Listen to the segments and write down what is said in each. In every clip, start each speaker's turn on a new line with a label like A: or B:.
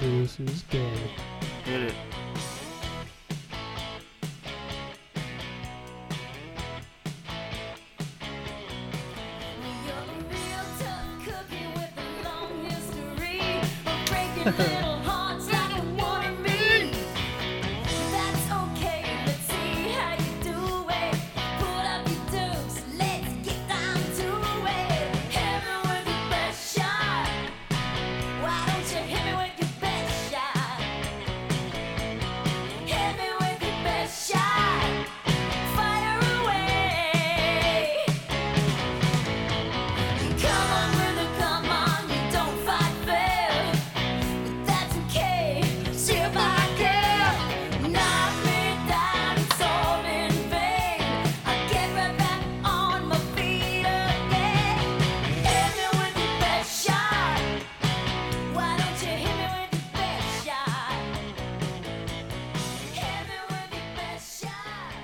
A: This is gay.
B: Hit it.
C: Come on, Brenda, come on, you don't fight fair. That's okay, share my care. Knock me down, it's all in vain. I get right back on my feet again. Hit me with your best shot. Why don't you hit me with your best shot? Hit me with your best shot.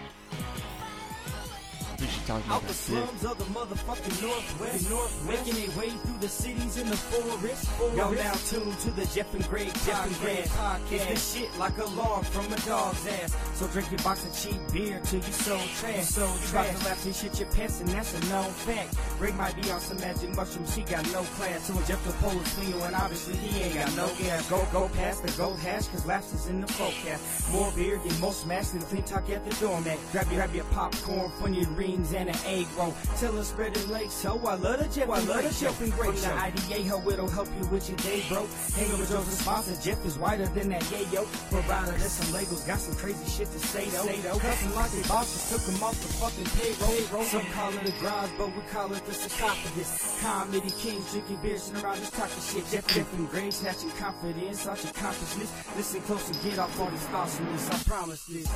B: We should talk about
D: Out
B: that
D: the
B: dick.
D: slums of the motherfucking Northwest, making their way through the cities in the forest. forest. Y'all now tuned to the Jeff and Greg Jeff and Greg podcast. It's the shit like a log from a dog's ass. So drink your box of cheap beer till you so trash. So trash. to laugh and shit your pants, and that's a known fact. Greg might be on some magic mushroom, she got no class. So when Jeff the pole is clean, and obviously he ain't got no gas. Go go past the gold hash, cause laughs is in the forecast. More beer, get more smashed than clean talk at the doormat. Grab your grab your popcorn, funny rings, and an egg roll. Tell us spread the lake, so I love the Jeff. I love the Jeff and Greg show. IDA, ho, it'll help you with your day, bro. Hang with Joe's sponsor, Jeff is whiter than that yayo. Provider, there's some labels, got some crazy shit to say though. Custom like their bosses, took them off the fucking payroll. Some call it a garage, but we call it the sarcophagus. Comedy king, drinking beer, sitting around just talking shit. Jeff, Jeff and Greg, snatching confidence, out your consciousness. Listen close and get off all these thoughts from this, I promise this.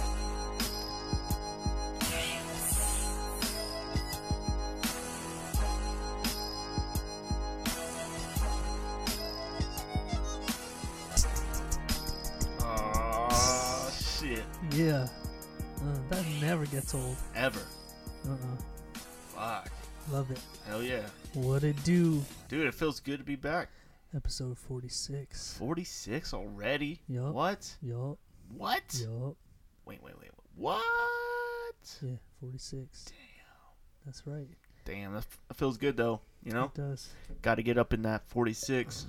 B: Aw, shit.
A: Yeah. Uh, that never gets old.
B: Ever.
A: Uh-uh.
B: Fuck.
A: Love it.
B: Hell yeah.
A: What it do?
B: Dude, it feels good to be back.
A: Episode 46.
B: 46 already?
A: Yup.
B: What?
A: Yup.
B: What?
A: Yup.
B: Wait, wait, wait. What?
A: Yeah, 46. Damn. That's right.
B: Damn, that f- that feels good though. You know?
A: It does.
B: Got to get up in that 46.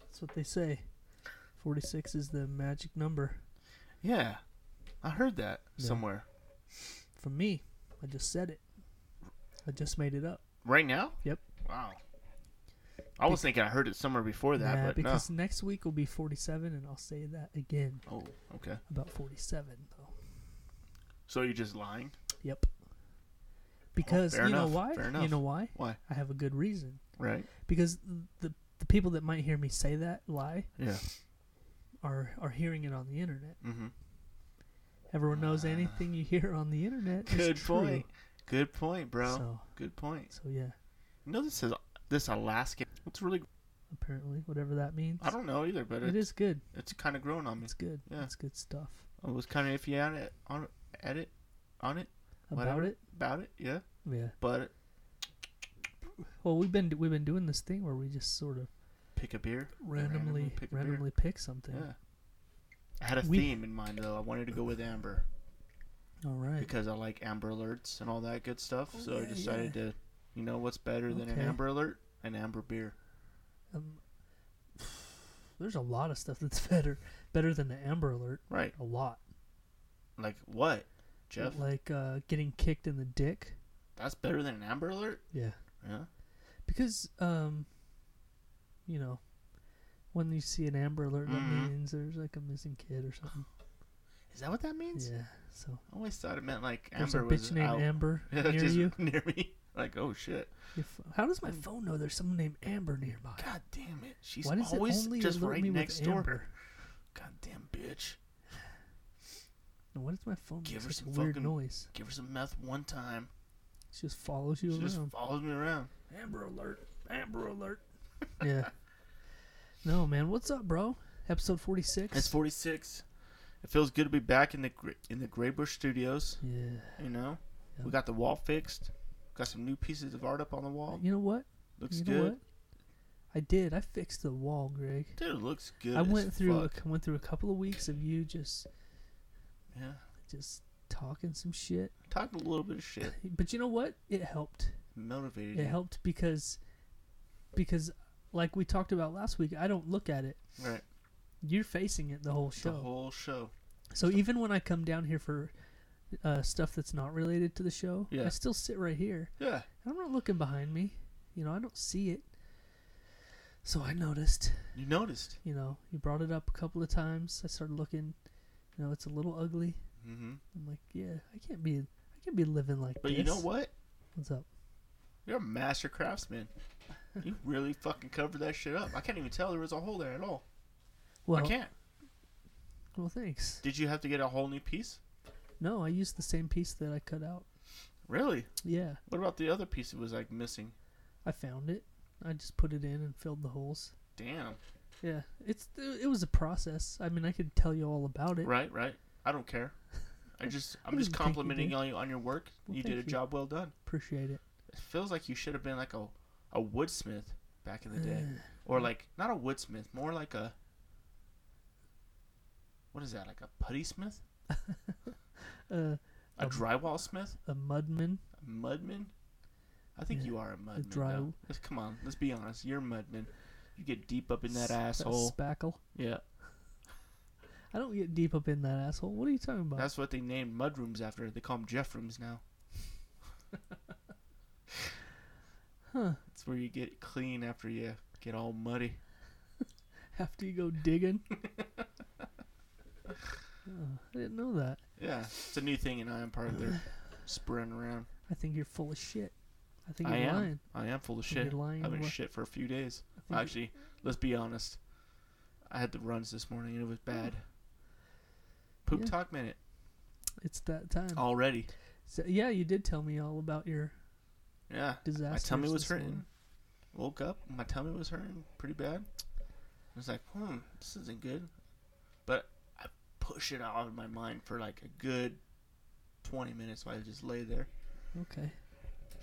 A: That's what they say. 46 is the magic number.
B: Yeah. I heard that
A: Yeah.
B: somewhere.
A: For me, I just said it. I just made it up.
B: Right now?
A: Yep.
B: Wow. I was thinking I heard it somewhere before that,
A: Nah,
B: but no.
A: because next week will be 47, and I'll say that again
B: Oh, okay.
A: about 47, though.
B: So you're just lying?
A: Yep. Because
B: fair
A: you know
B: enough,
A: why?
B: fair
A: You
B: enough.
A: know why?
B: Why?
A: I have a good reason.
B: Right?
A: Because the the people that might hear me say that lie
B: Yeah.
A: are are hearing it on the internet.
B: Mm-hmm.
A: Everyone knows anything you hear on the internet
B: Ah. Good
A: is true.
B: point. Good point, bro.
A: So-
B: Good point.
A: So yeah,
B: You know this is this Alaskan. It's really
A: apparently whatever that means.
B: I don't know either, but
A: it
B: it,
A: is good.
B: it's kind of growing on me.
A: It's good.
B: Yeah.
A: It's good stuff.
B: I was kind of iffy on it, on at it, on it,
A: About
B: whatever
A: it?
B: about it, yeah.
A: Yeah.
B: But
A: Well, we've been we've been doing this thing where we just sort of
B: pick a beer,
A: randomly
B: pick a beer.
A: randomly pick something.
B: yeah. I had a
A: We-
B: theme in mind though. I wanted to go with Amber
A: All right.
B: because I like Amber Alerts and all that good stuff. so I
A: Oh, yeah,
B: decided to, you know, what's better than an
A: Okay.
B: Amber Alert? An Amber beer.
A: Um, there's a lot of stuff that's better better than the Amber Alert.
B: Right.
A: A lot.
B: Like what, Jeff?
A: Like uh, getting kicked in the dick.
B: That's better than an Amber Alert.
A: Yeah.
B: Yeah.
A: Because um, you know, when you see an Amber Alert,
B: Mhm.
A: that means there's like a missing kid or something.
B: Is that what that means?
A: Yeah. So
B: I always thought it meant like
A: there's
B: Amber
A: a
B: was
A: bitch named
B: out.
A: Amber near
B: just
A: you.
B: near me. Like, oh shit.
A: Your pho- How does my phone know there's someone named Amber nearby?
B: Mm. God damn it. She's
A: Why does
B: always
A: it only
B: just
A: alert
B: right
A: me
B: next
A: with
B: door.
A: Amber?
B: God damn bitch.
A: And what is my phone
B: Give
A: make
B: her
A: such
B: some
A: a weird
B: fucking-
A: noise?
B: Give her some meth one time.
A: She just follows you
B: She just
A: around.
B: follows me around.
A: Amber alert. Amber alert. yeah. No, man. What's up, bro? Episode 46.
B: It's 46. It feels good to be back in the gr- in the Graybush Studios.
A: yeah.
B: You know,
A: Yeah.
B: we got the wall fixed. Got some new pieces of art up on the wall.
A: You know what?
B: Looks
A: you know
B: good.
A: what? I I did. I fixed the wall, Greg.
B: Dude, it looks good.
A: I
B: as
A: went through a,
B: fuck.
A: went through a couple of weeks of you just
B: Yeah.
A: just talking some shit.
B: Talked a little bit of shit.
A: But you know what? It helped.
B: Motivated.
A: It
B: you.
A: helped because because like we talked about last week, I don't look at it.
B: Right.
A: You're facing it the whole show.
B: The whole show.
A: so even when I come down here for uh, stuff that's not related to the show, I
B: Yeah.
A: still sit right here.
B: Yeah.
A: I'm not looking behind me. You know, I don't see it. So I noticed.
B: You noticed.
A: You know, you brought it up a couple of times. I started looking. You know, it's a little ugly.
B: Mm-hmm.
A: I'm like, yeah, I can't be, I can't be living like
B: But
A: this.
B: you know what?
A: What's up?
B: You're a master craftsman. You really fucking covered that shit up. I can't even tell there was a hole there at all.
A: Well,
B: I can't.
A: well, thanks.
B: Did you have to get a whole new piece?
A: No, I used the same piece that I cut out.
B: Really?
A: Yeah,
B: What about the other piece that was like missing?
A: I found it. I just put it in and filled the holes.
B: Damn.
A: Yeah, it's it was a process. I mean, I could tell you all about it.
B: Right, right. I don't care. I just I'm
A: I
B: just
A: didn't think you
B: complimenting
A: did.
B: on you on your work.
A: Well,
B: you did a
A: thank you.
B: job well done.
A: Appreciate it.
B: It feels like you should have been like a a woodsmith back in the day, or like not a woodsmith, more like a what is that? Like a putty smith,
A: Uh,
B: a
A: Um,
B: drywall smith,
A: a mudman.
B: a mudman. I think
A: yeah,
B: you are a mudman.
A: dry-
B: though. Let's, come on, let's be honest. You're a mudman. You get deep up in
A: s-
B: that
A: uh,
B: asshole.
A: spackle.
B: yeah,
A: I don't get deep up in that asshole. What are you talking about?
B: that's what they named mudrooms after. They call them Jeff rooms now.
A: huh?
B: It's where you get clean after you get all muddy.
A: After you go digging. oh, I didn't know that.
B: Yeah, it's a new thing in Iron Park. They're spreading around.
A: I think you're full of shit. I think
B: I
A: you're
B: am.
A: lying.
B: I am full of
A: You're
B: shit.
A: lying
B: I've been
A: wha-
B: shit for a few days.
A: think-
B: Actually, let's be honest. I had the runs this morning and it was bad. Poop
A: Yeah.
B: talk minute
A: It's that time.
B: Oh. already.
A: So, yeah, you did tell me all about your
B: Yeah, my
A: disasters.
B: tummy was
A: this
B: hurting.
A: morning.
B: Woke up, my tummy was hurting pretty bad. I was like, hmm, this isn't good. But I pushed it out of my mind for like a good twenty minutes. While I just lay there
A: Okay.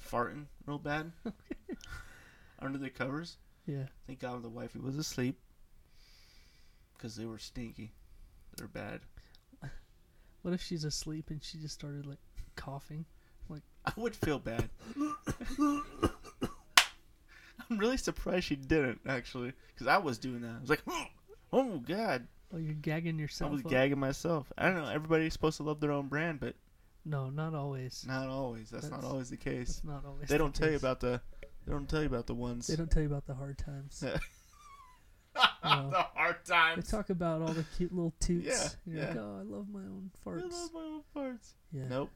B: farting real bad under the covers.
A: Yeah.
B: Thank God the wifey was asleep because they were stinky. They're bad.
A: What if she's asleep and she just started like coughing?
B: I would feel bad. I'm really surprised she didn't actually, because I was doing that. I was like, "Oh God!"
A: Oh, you're gagging
B: I
A: yourself.
B: was
A: up.
B: gagging myself. I don't know. Everybody's supposed to love their own brand, but
A: No, not always.
B: not always. That's, not
A: That's-
B: always the case.
A: It's not always.
B: They
A: the
B: don't tell you
A: case.
B: about the. They don't tell you about the ones.
A: They don't tell you about the hard times.
B: Yeah.
A: No.
B: the hard
A: They
B: times.
A: talk about all the cute little toots.
B: Yeah,
A: and you're like,
B: yeah.
A: oh, I love my own
B: I
A: farts.
B: love my own farts.
A: yeah.
B: Nope.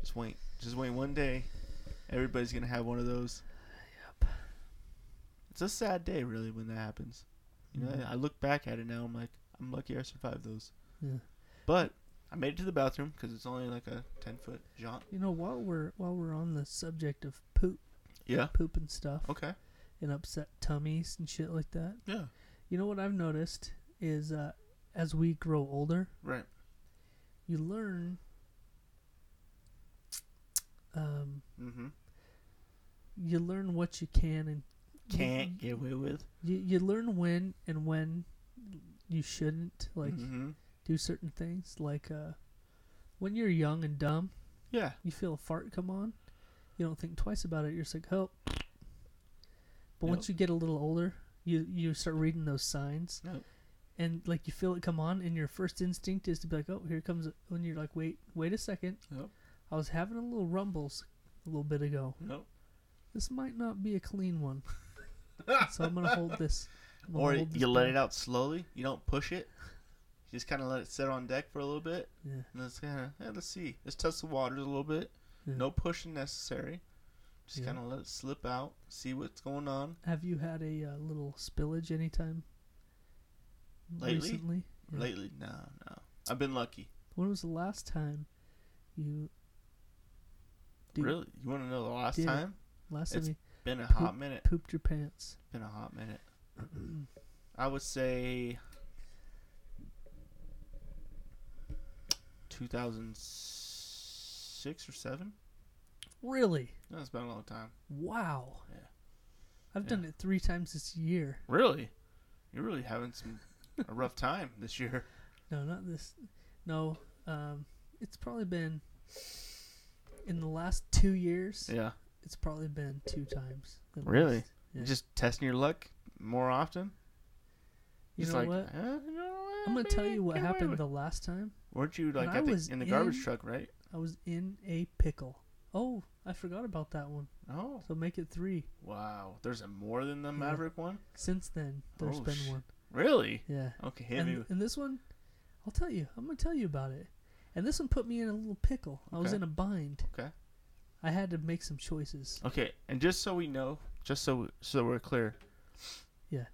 B: Just wait. Just wait one day. Everybody's gonna have one of those.
A: Yep.
B: It's a sad day, really, when that happens. You know,
A: Mhm.
B: I look back at it now. I'm like, I'm lucky I survived those.
A: Yeah.
B: But I made it to the bathroom because it's only like a ten foot jaunt.
A: You know, while we're while we're on the subject of poop,
B: Yeah.
A: poop and stuff,
B: Okay.
A: and upset tummies and shit like that.
B: Yeah.
A: You know what I've noticed is uh, as we grow older,
B: Right.
A: you learn um,
B: Mm-hmm.
A: you learn what you can and
B: Can't get away with.
A: you, you learn when and when you shouldn't like
B: mm-hmm.
A: do certain things like uh, when you're young and dumb
B: yeah.
A: you feel a fart come on you don't think twice about it you're just like oh but once
B: Yep.
A: you get a little older you you start reading those signs
B: Yep.
A: and like you feel it come on and your first instinct is to be like oh here comes it when you're like wait wait a second
B: Yep.
A: i was having a little rumbles a little bit ago
B: Nope.
A: this might not be a clean one so i'm gonna hold this I'm gonna
B: Or
A: hold this
B: you let
A: back.
B: it out slowly. You don't push it. You just kind of let it sit on deck for a little bit.
A: yeah
B: And Let's kind of let's see. Let's test the waters a little bit.
A: Yeah.
B: No pushing necessary. Just
A: Yeah.
B: kind of let it slip out. See what's going on.
A: Have you had a uh, little spillage anytime
B: Lately?
A: recently? Yeah.
B: Lately, no, no. I've been lucky.
A: When was the last time you? Dude.
B: really, you want to know the last
A: Did it.
B: time?
A: Last time
B: It's-
A: you
B: Been a
A: Poop.
B: hot minute.
A: pooped your pants?
B: Been a hot minute. I would say 2006 or seven.
A: Really?
B: No, it's been a long time.
A: Wow.
B: Yeah.
A: I've done it three times this year.
B: Really? You're really having some a rough time this year.
A: No, not this. No, um, it's probably been in the last two years.
B: Yeah.
A: It's probably been two times. at
B: Really?
A: least. Yeah.
B: Just testing your luck more often.
A: You
B: Just
A: know
B: like,
A: what?
B: "Eh, you know what?
A: I'm gonna tell
B: Maybe I
A: you what
B: can wait
A: happened
B: with-"
A: the last time.
B: Weren't you
A: when
B: like
A: I
B: at the,
A: was
B: in the garbage
A: in-
B: truck, right?
A: I was in a pickle. Oh, I forgot about that one.
B: Oh,
A: So make it three.
B: wow. There's a more than the
A: Yeah.
B: Maverick one.
A: Since then, there's
B: Oh,
A: been
B: sh-
A: one.
B: Really?
A: Yeah.
B: Okay, hit me.
A: And,
B: with-
A: and this one, I'll tell you. I'm gonna tell you about it. And this one put me in a little pickle. I was
B: Okay.
A: in a bind.
B: Okay.
A: I had to make some choices.
B: Okay, and just so we know, just so so we're clear.
A: Yeah.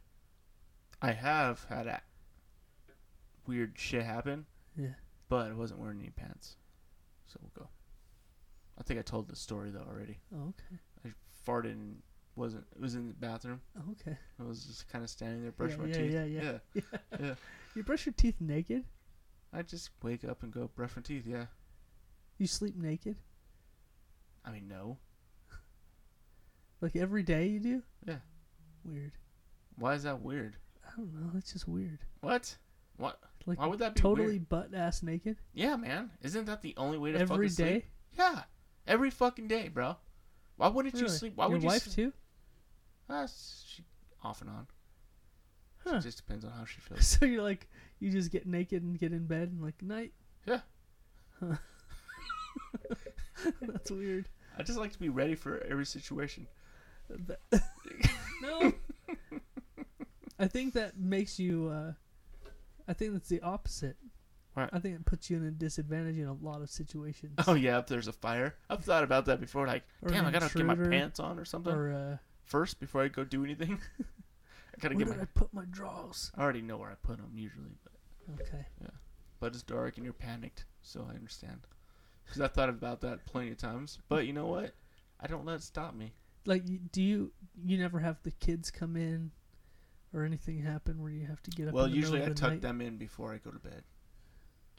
B: I have had a weird shit happen,
A: Yeah.
B: but I wasn't wearing any pants. So we'll go. I think I told the story though already.
A: Oh, okay.
B: I farted and wasn't it was in the bathroom.
A: Oh, okay.
B: I was just kind of standing there brushing
A: Yeah,
B: my
A: yeah,
B: teeth.
A: yeah, yeah.
B: yeah.
A: You brush your teeth naked.
B: I just wake up and go brush my teeth. Yeah.
A: You sleep naked.
B: I mean no.
A: Like every day you do.
B: Yeah.
A: Weird.
B: Why is that weird?
A: I don't know. That's just weird.
B: What? What?
A: Like
B: Why would that be
A: totally
B: weird?
A: butt ass naked
B: Yeah, man. Isn't that the only way to
A: every
B: fucking sleep?
A: day.
B: Yeah, every fucking day, bro. Why wouldn't you
A: Really?
B: sleep? Why
A: Your
B: would you?
A: wife
B: sleep?
A: too?
B: Ah, s- she off and on.
A: Huh.
B: It just depends on how she feels.
A: So you're like, you just get naked and get in bed and like night.
B: Yeah.
A: Huh. That's weird.
B: I just like to be ready for every situation.
A: That- no. I think that makes you. Uh, I think that's the opposite.
B: What?
A: I think it puts you in a disadvantage in a lot of situations.
B: Oh yeah, if there's a fire, I've thought about that before. Like,
A: Or
B: damn,
A: an
B: I gotta get my
A: intruder,
B: pants on or something
A: Or uh,
B: first before I go do anything. I gotta
A: where
B: get
A: did
B: my.
A: I put my drawers?
B: I already know where I put them usually, but
A: Okay.
B: but it's dark and you're panicked, so I understand. Because I thought about that plenty of times, but you know what? I don't let it stop me.
A: Like, y- do you you never have the kids come in, or anything happen where you have to get up?
B: Well,
A: in the middle
B: usually I
A: of the
B: tuck
A: night?
B: them in before I go to bed,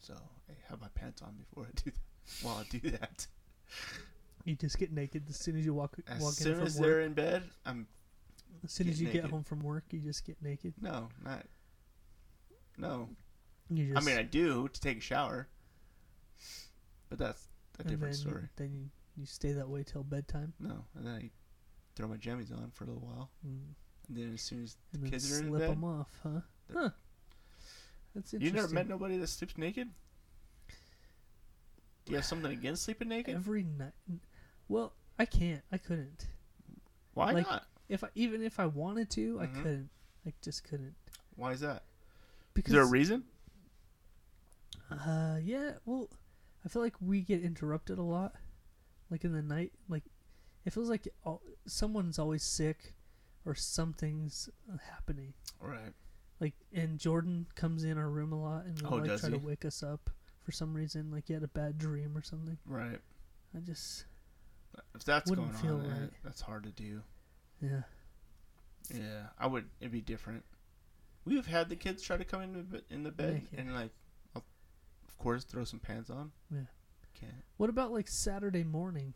B: so I have my pants on before I do that. While I do that,
A: You just get naked as soon as you walk
B: as
A: walk in
B: soon
A: from
B: as
A: work.
B: they're in bed, I'm
A: As soon as
B: Get
A: you get
B: naked.
A: home from work, you just get naked.
B: no, not no.
A: You just
B: I mean, I do to take a shower, but that's a
A: and
B: different
A: then,
B: story.
A: Then you, you stay that way till bedtime,
B: No, and then I throw my jammies on for a little while,
A: Mm. and,
B: and then as soon as
A: and then
B: kids are in
A: slip
B: bed?
A: them off, huh?
B: The-
A: Huh. That's
B: you
A: interesting.
B: never met nobody that sleeps naked. Do you have something against sleeping naked?
A: Every night. Well, I can't. I couldn't.
B: Why
A: like-
B: not?
A: If I even if I wanted to, I
B: Mhm.
A: couldn't. I just couldn't.
B: Why is that? Is
A: Because
B: there a reason?
A: Uh, yeah. Well, I feel like we get interrupted a lot, like in the night. Like it feels like all, someone's always sick, or something's happening.
B: Right.
A: Like and Jordan comes in our room a lot and will
B: Oh,
A: like
B: does
A: try to
B: he?
A: wake us up for some reason. Like he had a bad dream or something.
B: Right.
A: I just
B: If that's
A: Wouldn't
B: going
A: feel
B: on, eh,
A: right.
B: that's hard to do.
A: yeah.
B: Yeah, I would. It'd be different. We've had the kids try to come in the, be- in the bed
A: Naked.
B: and like, of of course, throw some pants on.
A: Yeah.
B: Can't.
A: What about like Saturday morning?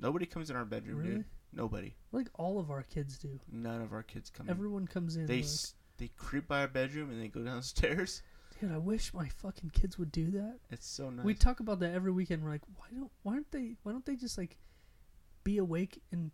B: Nobody comes in our bedroom,
A: Really?
B: dude. Nobody.
A: Like all of our kids do.
B: None of our kids come.
A: Everyone comes in.
B: in. Mm. They
A: like,
B: s they creep by our bedroom and they go downstairs.
A: Dude, I wish my fucking kids would do that.
B: It's so nice.
A: We talk about that every weekend. We're like, why don't why aren't they why don't they just like be awake and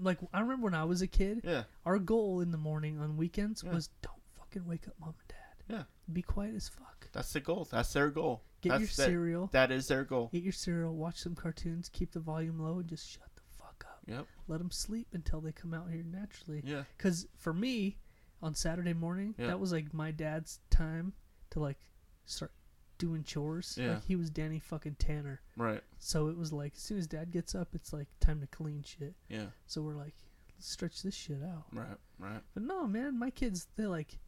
A: like I remember when I was a kid,
B: yeah.
A: our goal in the morning on weekends
B: Yeah.
A: was don't fucking wake up mom and dad.
B: Yeah.
A: Be quiet as fuck.
B: That's the goal. That's their goal.
A: Get
B: that's
A: your
B: their-
A: cereal.
B: That is their goal.
A: Eat your cereal, watch some cartoons, keep the volume low, and just shut the fuck up.
B: Yep.
A: Let them sleep until they come out here naturally.
B: Yeah.
A: Because for me, on Saturday morning,
B: Yeah.
A: that was like my dad's time to like start doing chores.
B: Yeah.
A: Like he was Danny fucking Tanner.
B: Right.
A: So it was like as soon as dad gets up, it's like time to clean shit.
B: Yeah.
A: So we're like, let's stretch this shit out.
B: Right. Right.
A: But no, man, my kids they like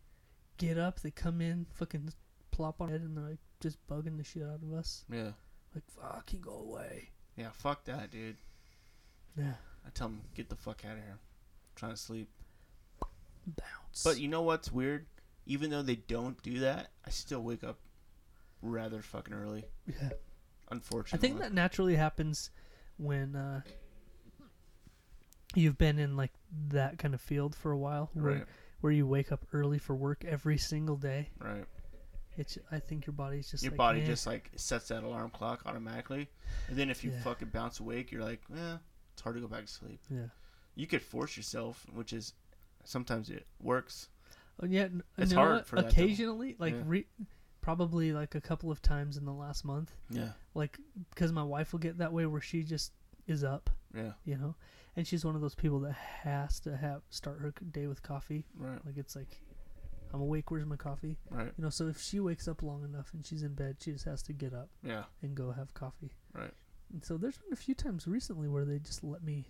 A: get up, they come in, fucking plop on head, and they're like just bugging the shit out of us.
B: Yeah.
A: Like fucking go away.
B: Yeah. Fuck that, dude.
A: Yeah,
B: I tell them get the fuck out of here. I'm trying to sleep.
A: bounce.
B: But you know what's weird? Even though they don't do that, I still wake up rather fucking early.
A: yeah, I
B: Unfortunately,
A: think that naturally happens when uh you've been in like that kind of field for a while, where
B: Right.
A: where you wake up early for work every single day.
B: Right.
A: It's I think your body's just
B: Your
A: like, "Eh."
B: body
A: "Meh."
B: just like sets that alarm clock automatically, and then if you
A: Yeah.
B: fucking bounce awake, you're like, eh, it's hard to go back to sleep.
A: yeah.
B: You could force yourself, which is sometimes it works.
A: Oh, yeah, n-
B: It's
A: you know
B: hard
A: what?
B: for that to-
A: occasionally, like
B: yeah.
A: re- probably like a couple of times in the last month,
B: Yeah.
A: like because my wife will get that way where she just is up,
B: Yeah.
A: you know, and she's one of those people that has to have start her c- day with coffee.
B: Right.
A: Like it's like, I'm awake. Where's my coffee?
B: Right.
A: You know, so if she wakes up long enough and she's in bed, she just has to get up
B: Yeah.
A: and go have coffee.
B: Right.
A: And so there's been a few times recently where they just let me,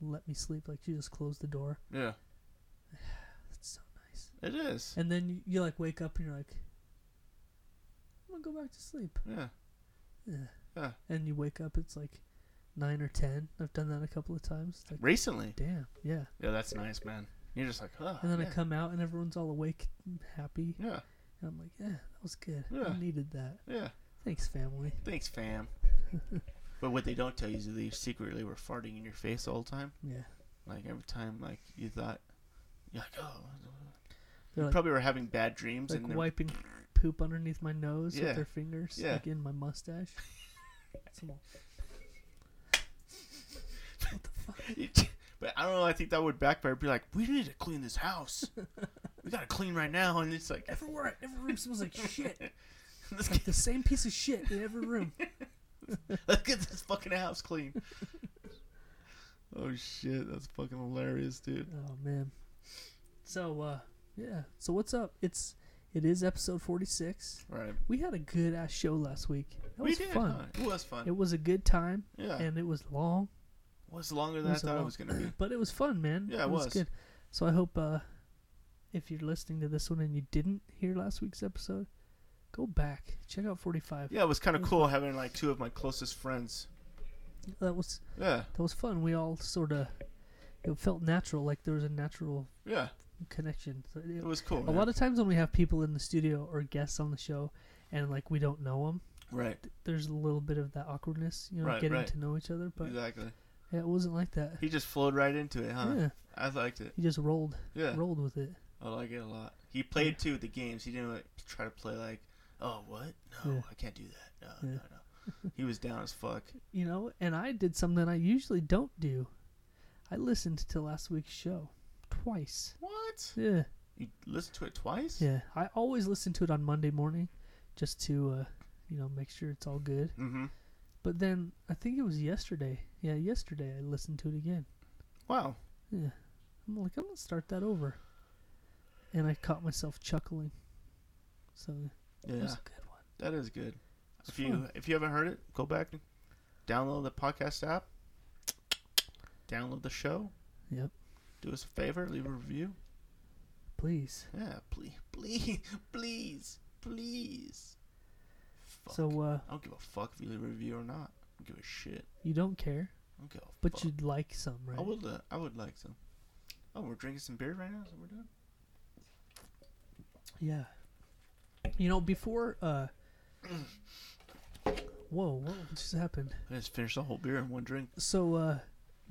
A: let me sleep. Like she just closed the door.
B: Yeah.
A: That's so nice.
B: It is.
A: And then you, you like wake up and you're like, I'm gonna go back to sleep.
B: Yeah.
A: Yeah.
B: Yeah.
A: And you wake up, it's like nine or ten. I've done that a couple of times. It's like,
B: Recently.
A: damn, yeah.
B: Yeah, that's nice, man. You're just like, oh.
A: And then
B: yeah.
A: I come out and everyone's all awake, and happy.
B: Yeah.
A: And I'm like, yeah, that was good.
B: Yeah.
A: I needed that.
B: Yeah.
A: Thanks, family.
B: Thanks, fam. but what they don't tell you is that they secretly were farting in your face all the time.
A: Yeah.
B: Like every time, like you thought, you're like, oh.
A: They're
B: you
A: like,
B: probably were having bad dreams
A: like
B: and they were-
A: wiping poop underneath my nose
B: Yeah.
A: with their fingers,
B: Yeah.
A: like in my mustache. It's all-
B: but I don't know. I think that would backfire. Be like, we need to clean this house. we gotta clean right now, and it's like
A: everywhere, every room smells like shit.
B: let's
A: Like
B: get,
A: the same piece of shit in every room.
B: let's get this fucking house clean. oh shit, that's fucking hilarious, dude.
A: Oh man. So uh yeah. So what's up? It's it is episode 46.
B: Right,
A: We had a good ass show last week. That
B: we
A: was
B: did.
A: fun.
B: huh? Uh. It was fun. It
A: It was a good time
B: yeah,
A: and it was long,
B: it was longer
A: it
B: than I
A: was a
B: thought it
A: long-
B: was gonna be.
A: but it was fun, man.
B: Yeah, it was.
A: good. So I hope uh if you're listening to this one and you didn't hear last week's episode, go back. Check out 45.
B: Yeah, it was kind
A: It
B: of
A: was
B: cool having like two of my closest friends.
A: That was
B: Yeah,
A: that was fun. We all sort of it felt natural, like there was a natural
B: yeah,
A: connection. So it,
B: it was cool.
A: A
B: man.
A: lot of times when we have people in the studio or guests on the show, and like we don't know them,
B: right,
A: there's a little bit of that awkwardness, you know,
B: Right,
A: getting
B: right.
A: to know each other. But
B: exactly.
A: yeah, it wasn't like that.
B: He just flowed right into it, huh?
A: Yeah,
B: I liked it.
A: he just rolled,
B: Yeah.
A: rolled with it.
B: I like it a lot. He played too with the games. He didn't like, try to play like, oh what? No,
A: Yeah.
B: I can't do that. No,
A: Yeah.
B: no, no. He was down as fuck.
A: You know, and I did something I usually don't do. I listened to last week's show twice.
B: What?
A: Yeah,
B: You listened to it twice?
A: yeah. I always listen to it on Monday morning, just to uh, you know make sure it's all good.
B: Mm-hmm.
A: But then I think it was yesterday. Yeah, yesterday I listened to it again.
B: Wow.
A: Yeah. I'm like, I'm gonna start that over. And I caught myself chuckling. So that
B: Yeah,
A: was a good one.
B: that is good.
A: It's
B: If you
A: fun.
B: if you haven't heard it, go back and download the podcast app. Download the show.
A: Yep.
B: Do us a favor. Leave a review.
A: Please.
B: Yeah, please, please, please, please. Fuck.
A: So uh
B: I don't give a fuck if you leave a review or not. I don't give a shit.
A: you don't care,
B: I don't give a
A: but
B: fuck.
A: you'd like some, right?
B: I would. Uh, I would like some. Oh, we're drinking some beer right now. Is that what we're doing?
A: Yeah. You know, before uh Whoa, what just happened?
B: I just finished the whole beer in one drink.
A: So uh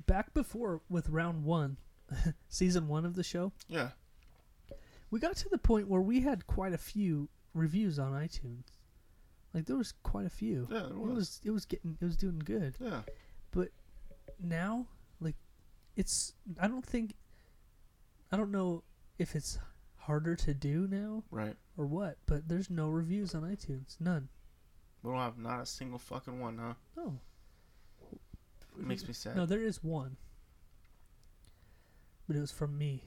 A: back before with round one, season one of the show,
B: Yeah.
A: we got to the point where we had quite a few reviews on iTunes. Like there was quite a few.
B: Yeah, there
A: It
B: was.
A: was it was getting it was doing good.
B: Yeah.
A: now like it's i don't think i don't know if it's harder to do now
B: Right.
A: or what but there's no reviews on itunes none
B: We don't have not a single fucking one, huh?
A: no
B: It makes me sad.
A: no there is one but it was from me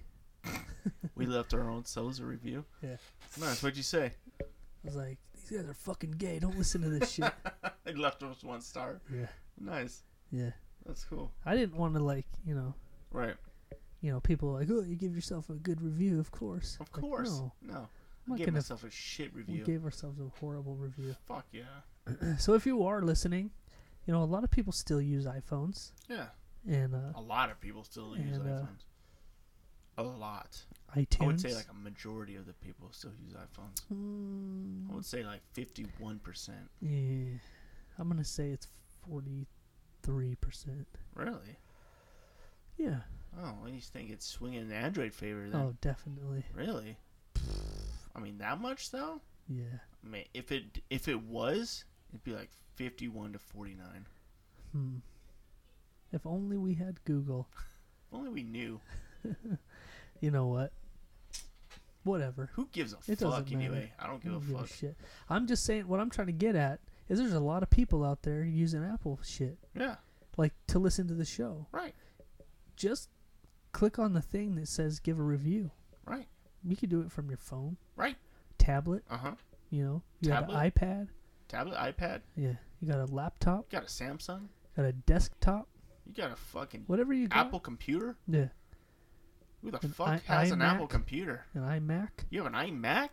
B: we left our own selves a review.
A: Yeah.
B: Nice. What'd you say?
A: i was like these guys are fucking gay don't listen to this shit
B: They left us one star.
A: yeah
B: Nice.
A: yeah
B: That's cool.
A: i didn't want to like you know
B: Right.
A: you know people are like oh you give yourself a good review of course
B: Of
A: Like,
B: course.
A: no
B: no.
A: I'm
B: I
A: not
B: gave
A: gonna-
B: myself a shit
A: we
B: review.
A: gave ourselves a horrible review
B: Fuck yeah.
A: so if you are listening you know a lot of people still use iphones
B: Yeah.
A: and uh,
B: A lot of people still use
A: And, uh,
B: iPhones. a lot.
A: iTunes.
B: I would say like a majority of the people still use iPhones.
A: Mm,
B: I would say like fifty-one percent.
A: yeah, I'm gonna say it's forty three percent.
B: Really?
A: Yeah.
B: Oh, well, you think it's swinging in Android favor then?
A: Oh, definitely.
B: Really? I mean, that much though.
A: Yeah.
B: I mean, if it if it was, it'd be like fifty-one to forty-nine.
A: Hmm. If only we had Google.
B: If only we knew.
A: You know what? Whatever.
B: Who gives a
A: It doesn't
B: fuck anyway?
A: matter.
B: I don't
A: I
B: give
A: don't
B: a fuck.
A: shit. I'm just saying what I'm trying to get at is there's a lot of people out there using Apple shit
B: Yeah,
A: like to listen to the show.
B: right,
A: Just click on the thing that says give a review.
B: right,
A: You could do it from your phone,
B: right.
A: tablet,
B: Uh huh.
A: you know. You got an
B: Tablet?
A: iPad.
B: Tablet, iPad.
A: Yeah. You got a laptop,
B: You got a Samsung.
A: got a desktop,
B: You got a fucking
A: whatever you got.
B: Apple computer.
A: Yeah.
B: Who the
A: An
B: fuck
A: i-
B: has an Apple
A: iMac?
B: computer?
A: An iMac.
B: You have an iMac?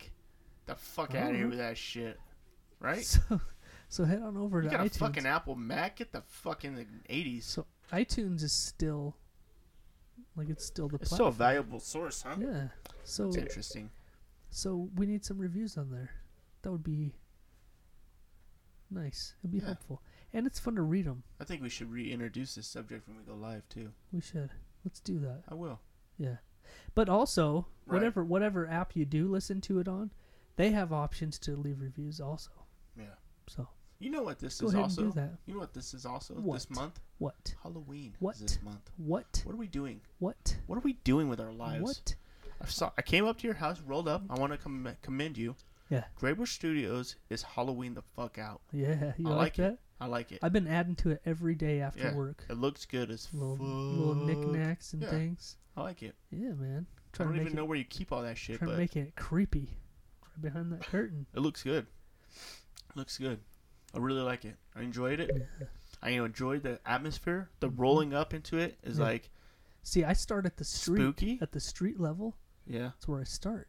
B: The fuck out of here
A: Uh-huh.
B: with that shit, right?
A: So so head on over
B: you
A: to
B: got a
A: iTunes.
B: fucking Apple Mac? Get the fuck in the eighties.
A: So iTunes is still like it's still the
B: It's still a
A: platform.
B: valuable source, huh?
A: yeah. So
B: It's interesting.
A: so we need some reviews on there. That would be nice. It'd be
B: Yeah.
A: helpful, and it's fun to read them.
B: I think we should reintroduce this subject when we go live too.
A: We should let's do that.
B: I will.
A: Yeah, but also
B: Right.
A: whatever whatever app you do listen to it on, they have options to leave reviews also.
B: Yeah.
A: So
B: You know what this
A: Go
B: is
A: ahead and
B: also?
A: do that.
B: You know what this is also
A: What?
B: this month?
A: what
B: Halloween.
A: What?
B: Is this month.
A: what
B: What are we doing?
A: what
B: What are we doing with our lives?
A: what?
B: I saw. I came up to your house, rolled up. I want to com- commend you.
A: Yeah,
B: Graybush Studios is Halloween the fuck out.
A: yeah. You
B: I
A: like,
B: like,
A: that?
B: it. I like it.
A: I've been adding to it every day after
B: yeah.
A: work.
B: It looks good as
A: Little
B: fuck.
A: little knickknacks and
B: Yeah.
A: things.
B: I like it.
A: Yeah, man.
B: I
A: Trying
B: don't
A: to make
B: even
A: it,
B: know where you keep all that shit,
A: trying
B: but
A: to make it creepy right behind that curtain.
B: It looks good. Looks good. I really like it. I enjoyed it. I enjoyed the atmosphere. The rolling up into it is
A: Yeah.
B: like
A: See, I start at the street.
B: Spooky?
A: At the street level,
B: yeah,
A: that's where I start.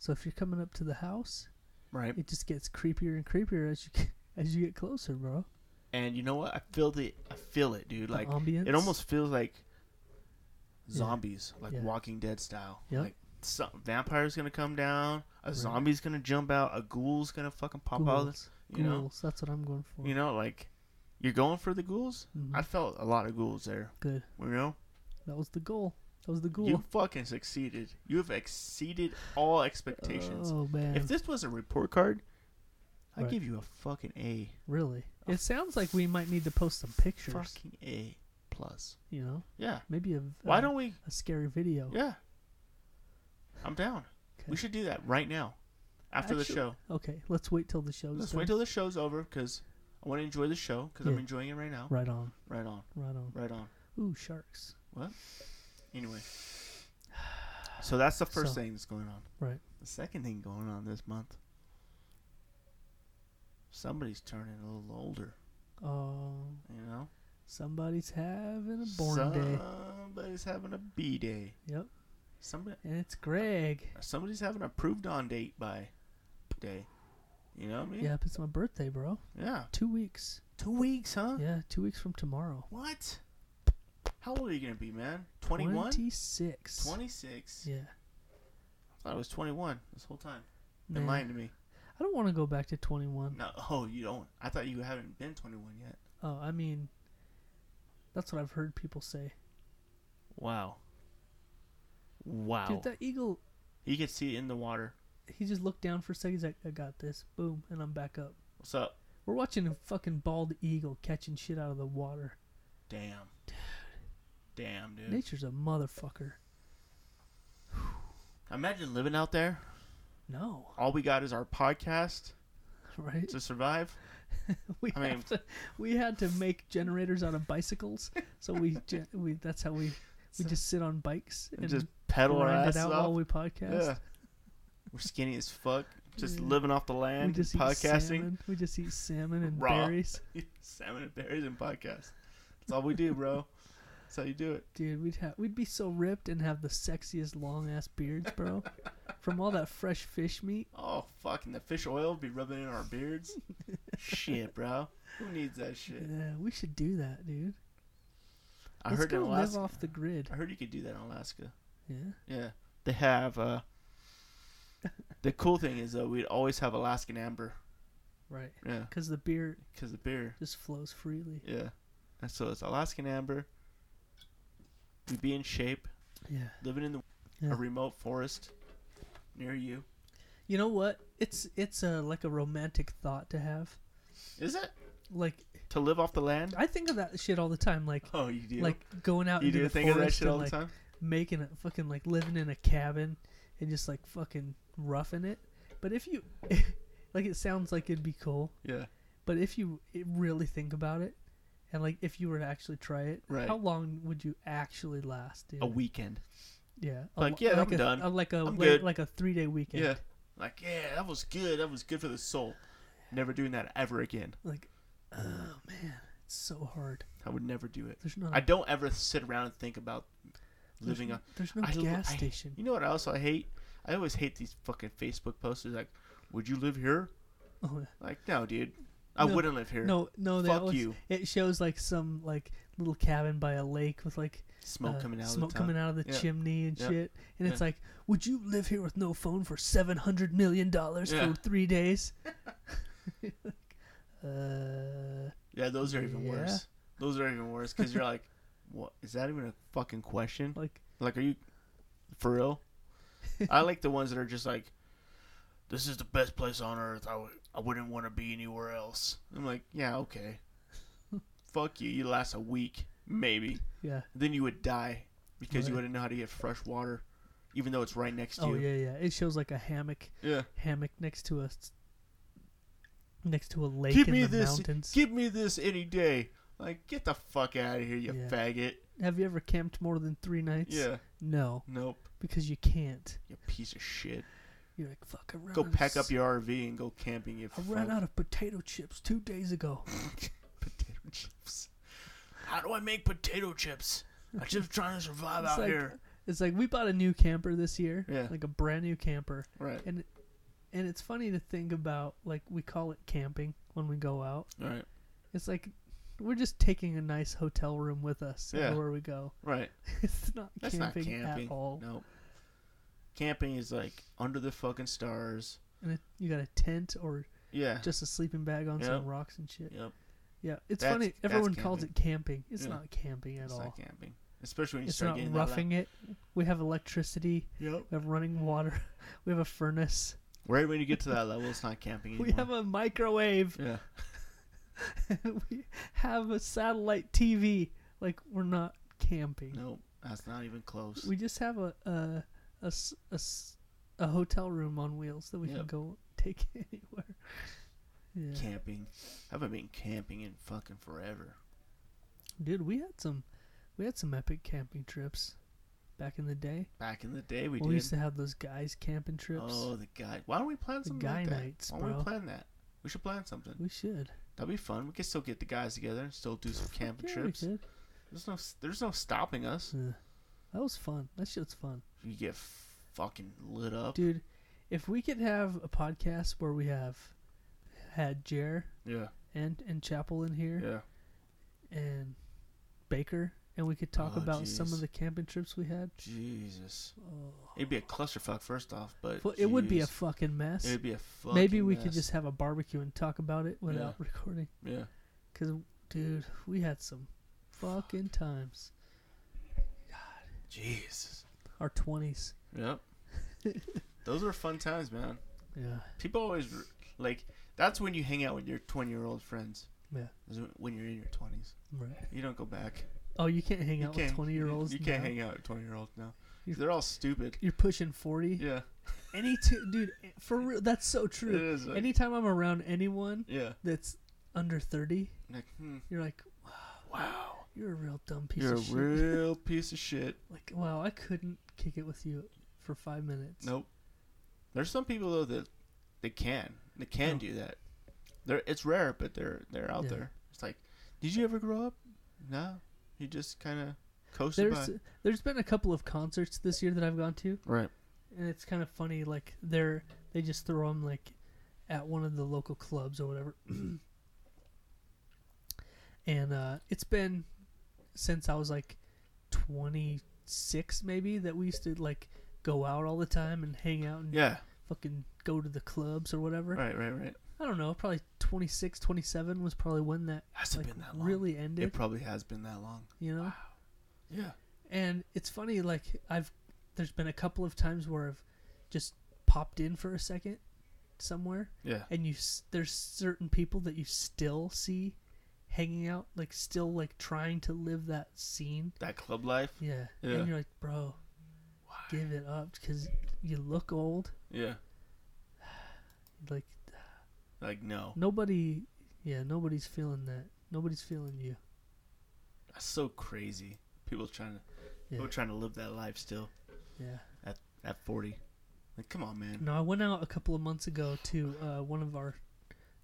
A: So if you're coming up to the house,
B: right.
A: it just gets creepier and creepier as you as you get closer, bro.
B: And you know what? I feel the I feel it, dude. Like
A: ambience?
B: it almost feels like zombies, like
A: Yeah.
B: Walking Dead style.
A: Yep.
B: Like some vampire's gonna come down, a
A: Right.
B: zombie's gonna jump out, a ghoul's gonna fucking pop out.
A: Ghouls,
B: You know,
A: Ghouls, that's what I'm going for.
B: you know, like you're going for the ghouls.
A: Mhm.
B: I felt a lot of ghouls there.
A: Good.
B: You know,
A: That was the goal. That was the goal.
B: You fucking succeeded. You have exceeded all expectations.
A: oh man.
B: if this was a report card, I'd
A: Right.
B: give you a fucking A.
A: really.
B: Oh.
A: It sounds like we might need to post some pictures,
B: Fucking A plus.
A: you know?
B: Yeah.
A: Maybe a
B: Why
A: uh,
B: don't we?
A: a scary video.
B: Yeah. I'm down. We
A: Okay.
B: should do that right now, after the
A: Actually-
B: show.
A: Okay, let's wait till the show's
B: Let's
A: done.
B: wait till the show's over because I want to enjoy the show because I'm
A: Yeah.
B: enjoying it right now.
A: Right on.
B: Right on.
A: Right on.
B: Right on.
A: Ooh, sharks.
B: What? Anyway. So that's the first
A: So-
B: thing that's going on.
A: Right.
B: The second thing going on this month. Somebody's turning a little older,
A: Oh,
B: you know.
A: somebody's having a born day.
B: Somebody's having a b day.
A: Yep,
B: Somebody,
A: and it's Greg.
B: somebody's having a proved on date by day. You know what I mean?
A: Yep, it's my birthday, bro.
B: Yeah.
A: Two weeks.
B: Two weeks, huh?
A: Yeah, two weeks from tomorrow.
B: What? How old are you gonna be, man? 21?
A: Twenty-six.
B: 26?
A: Yeah.
B: I thought it was 21 this whole time. They're
A: Man,
B: lying to me.
A: I don't want to go back to twenty-one.
B: No, oh, you don't. I thought you haven't been 21 yet.
A: Oh, I mean, that's what I've heard people say.
B: Wow. Wow.
A: Dude, that eagle.
B: you can see it in the water.
A: He just looked down for a second. He's like, "I got this." Boom, and I'm back up.
B: What's up?
A: We're watching a fucking bald eagle catching shit out of the water.
B: Damn. Damn, dude.
A: Nature's a motherfucker.
B: Imagine living out there.
A: No,
B: All we got is our podcast
A: right?
B: to survive.
A: we
B: I mean-
A: have to, we had to make generators out of bicycles, so we gen- we that's how we we just sit on bikes
B: And
A: and
B: just pedal our
A: grind
B: ass
A: it out
B: off.
A: while we podcast.
B: yeah. We're skinny as fuck. Just
A: Yeah.
B: living off the
A: We
B: land,
A: just eat
B: podcasting.
A: salmon. We just eat salmon and
B: Raw.
A: berries,
B: salmon and berries and podcast. That's all we do, bro. That's how you do it.
A: dude. We'd have we'd be so ripped and have the sexiest long ass beards, bro, from all that fresh fish meat.
B: Oh, fucking the fish oil be rubbing in our beards. shit, bro. Who needs that shit?
A: Yeah, we should do that, dude.
B: I
A: Let's
B: heard in
A: go live
B: Alaska.
A: off the grid.
B: I heard you could do that in Alaska.
A: Yeah,
B: Yeah, they have. uh The cool thing is though, we'd always have Alaskan amber.
A: right.
B: Yeah,
A: Because the beer
B: because the beer.
A: just flows freely.
B: Yeah, and so it's Alaskan amber. We'd be in shape,
A: Yeah.
B: living in the,
A: Yeah.
B: a remote forest near you.
A: You know what? It's it's a like a romantic thought to have.
B: Is it?
A: Like
B: To live off the land?
A: I think of that shit all the time. Like
B: Oh, you do.
A: like going out
B: you
A: into
B: do
A: the
B: think of
A: forest
B: that shit
A: and
B: all
A: like
B: the time?
A: making a fucking like living in a cabin and just like fucking roughing it. But if you like, it sounds like it'd be cool.
B: Yeah.
A: But if you i- really think about it, and like if you were to actually try it,
B: Right.
A: how long would you actually last? Dude?
B: A weekend.
A: Yeah. a
B: Like,
A: lo-
B: yeah,
A: like
B: I'm
A: a,
B: done.
A: a- like a
B: I'm
A: wa-
B: good.
A: like a three day weekend.
B: Yeah. Like, yeah, that was good. That was good for the soul. Never doing that ever again.
A: Like, oh man, it's so hard.
B: I would never do it.
A: There's not.
B: I don't ever sit around and think about
A: there's
B: living
A: no-
B: on.
A: There's no
B: I lo-
A: gas
B: I-
A: station.
B: You know what else I hate? I always hate these fucking Facebook posters like, would you live here?
A: Oh, yeah.
B: Like, no, dude. I
A: No.
B: wouldn't live here.
A: No, no, they
B: Fuck
A: always-
B: you.
A: It shows like some like little cabin by a lake with like
B: Smoke
A: uh,
B: coming out
A: smoke
B: of the top.
A: coming out of the
B: Yeah.
A: chimney and
B: Yeah.
A: shit. And it's
B: Yeah.
A: like, would you live here with no phone for seven hundred million dollars
B: Yeah.
A: for three days? uh,
B: Yeah, those are even
A: Yeah.
B: worse. Those are even worse because you're like, what? Is that even a fucking question?
A: like
B: Like, are you for real? I like the ones that are just like, this is the best place on earth. I w- I wouldn't want to be anywhere else. I'm like, yeah, okay. Fuck you. You last a week, maybe.
A: yeah.
B: Then you would die because you
A: Right.
B: wouldn't know how to get fresh water, even though it's right next to
A: Oh
B: you.
A: yeah, yeah. It shows like a hammock,
B: yeah.
A: hammock next to a s- next to a lake
B: Give
A: in
B: me
A: the
B: this.
A: mountains.
B: Give me this any day. Like, get the fuck out of here, you
A: Yeah.
B: faggot.
A: Have you ever camped more than three nights?
B: Yeah.
A: No,
B: Nope.
A: because you can't.
B: You piece of shit.
A: You're like, fuck, I ran
B: Go
A: out of
B: pack
A: s-
B: up your RV and go camping. You
A: I ran
B: fuck.
A: out of potato chips two days ago.
B: potato chips. How do I make potato chips? I'm just trying to survive
A: It's like- It's like we bought a new camper this year,
B: Yeah.
A: like a brand new camper,
B: Right.
A: and and it's funny to think about. Like we call it camping when we go out.
B: Right.
A: It's like we're just taking a nice hotel room with us
B: Yeah.
A: everywhere we go.
B: Right.
A: It's not
B: That's
A: camping,
B: not camping.
A: at all.
B: No. Camping is like under the fucking stars.
A: And it, you got a tent or
B: Yeah.
A: just a sleeping bag on
B: Yep.
A: some rocks and shit.
B: yep.
A: Yeah, it's
B: That's-
A: funny.
B: that's
A: Everyone calls it camping. It's
B: Yeah.
A: not camping at
B: It's
A: all.
B: not camping, especially when you
A: It's
B: start
A: not
B: getting
A: roughing it. We have electricity.
B: That level. Yep.
A: We have running water. We have a furnace.
B: Right when you get to that level, it's not camping anymore.
A: We have a microwave.
B: yeah.
A: we have a satellite TV. Like we're not camping.
B: Nope. That's not even close.
A: We just have a a, a s- a s- a hotel room on wheels that we can
B: Yep.
A: go take anywhere. Yeah,
B: Camping. I haven't been camping in fucking forever.
A: dude, we had some we had some epic camping trips back in the day.
B: Back in the day, we
A: We,
B: did.
A: used to have those guys camping trips.
B: Oh, the guy. Why don't we plan something
A: guy
B: like that?
A: nights,
B: Why don't we
A: bro.
B: plan that? We should plan something.
A: We should.
B: That'd be fun. We could still get the guys together and still do some camping
A: Yeah, we
B: trips.
A: could.
B: There's no, there's no stopping us.
A: Ugh. That was fun. That shit's fun,
B: You get fucking lit up.
A: dude. If we could have a podcast where we have had Jer
B: Yeah,
A: and and Chapel in here,
B: yeah.
A: and Baker, and we could talk
B: Oh,
A: about some
B: jeez.
A: of the camping trips we had.
B: Jesus,
A: Oh.
B: it'd be a clusterfuck first off, but
A: Fu- it would be a
B: jeez.
A: fucking mess.
B: it'd be a fucking
A: Maybe we could
B: mess.
A: just have a barbecue and talk about it without recording.
B: yeah.
A: Cause, dude, we had some fucking times.
B: Jesus.
A: Our twenties.
B: Yep. Those were fun times, man.
A: Yeah.
B: People always re- like that's when you hang out with your 20 year old friends.
A: Yeah.
B: is When you're in your 20s,
A: Right.
B: you don't go back.
A: Oh, you can't hang
B: you
A: out
B: can't-
A: with twenty year olds.
B: You can't
A: now.
B: hang out with 20 year olds now.
A: You-
B: They're all stupid.
A: You're pushing forty.
B: Yeah.
A: Any two, dude, for real, that's so
B: It
A: true.
B: is. like-
A: Anytime I'm around anyone
B: yeah.
A: that's under thirty,
B: Like, hmm,
A: you're like,
B: wow.
A: you're a real dumb piece
B: You're a
A: of shit.
B: real piece of shit.
A: Like, wow, I couldn't kick it with you for five minutes.
B: Nope. There's some people though that they can. They can
A: Oh.
B: do that. They're it's rare, but they're they're out
A: Yeah.
B: there. It's like, did you ever grow up? No. You just kind of coasted
A: There's
B: by.
A: there's been a couple of concerts this year that I've gone to,
B: Right.
A: and it's kind of funny. Like they're they just throw them like at one of the local clubs or whatever, and uh, it's been since I was like 26 maybe that we used to like go out all the time and hang out and
B: Yeah.
A: fucking go to the clubs or whatever.
B: Right. Right. Right.
A: I don't know, probably 26, 27 was probably when that
B: Has it
A: like
B: been that long?
A: really ended,
B: It probably has been that long.
A: you know.
B: Yeah.
A: And it's funny, like I've there's been a couple of times where I've just popped in for a second somewhere,
B: Yeah.
A: and you s- there's certain people that you still see hanging out, like still like trying to live that scene.
B: That club life.
A: Yeah,
B: Yeah.
A: and you're like, bro, give it up because you look old.
B: Yeah.
A: Like
B: Like no.
A: nobody, yeah, nobody's feeling that. Nobody's feeling you.
B: That's so crazy. People trying to
A: Yeah,
B: people trying to live that life still
A: yeah.
B: at at 40. Like come on, man.
A: No, I went out a couple of months ago to uh, one of our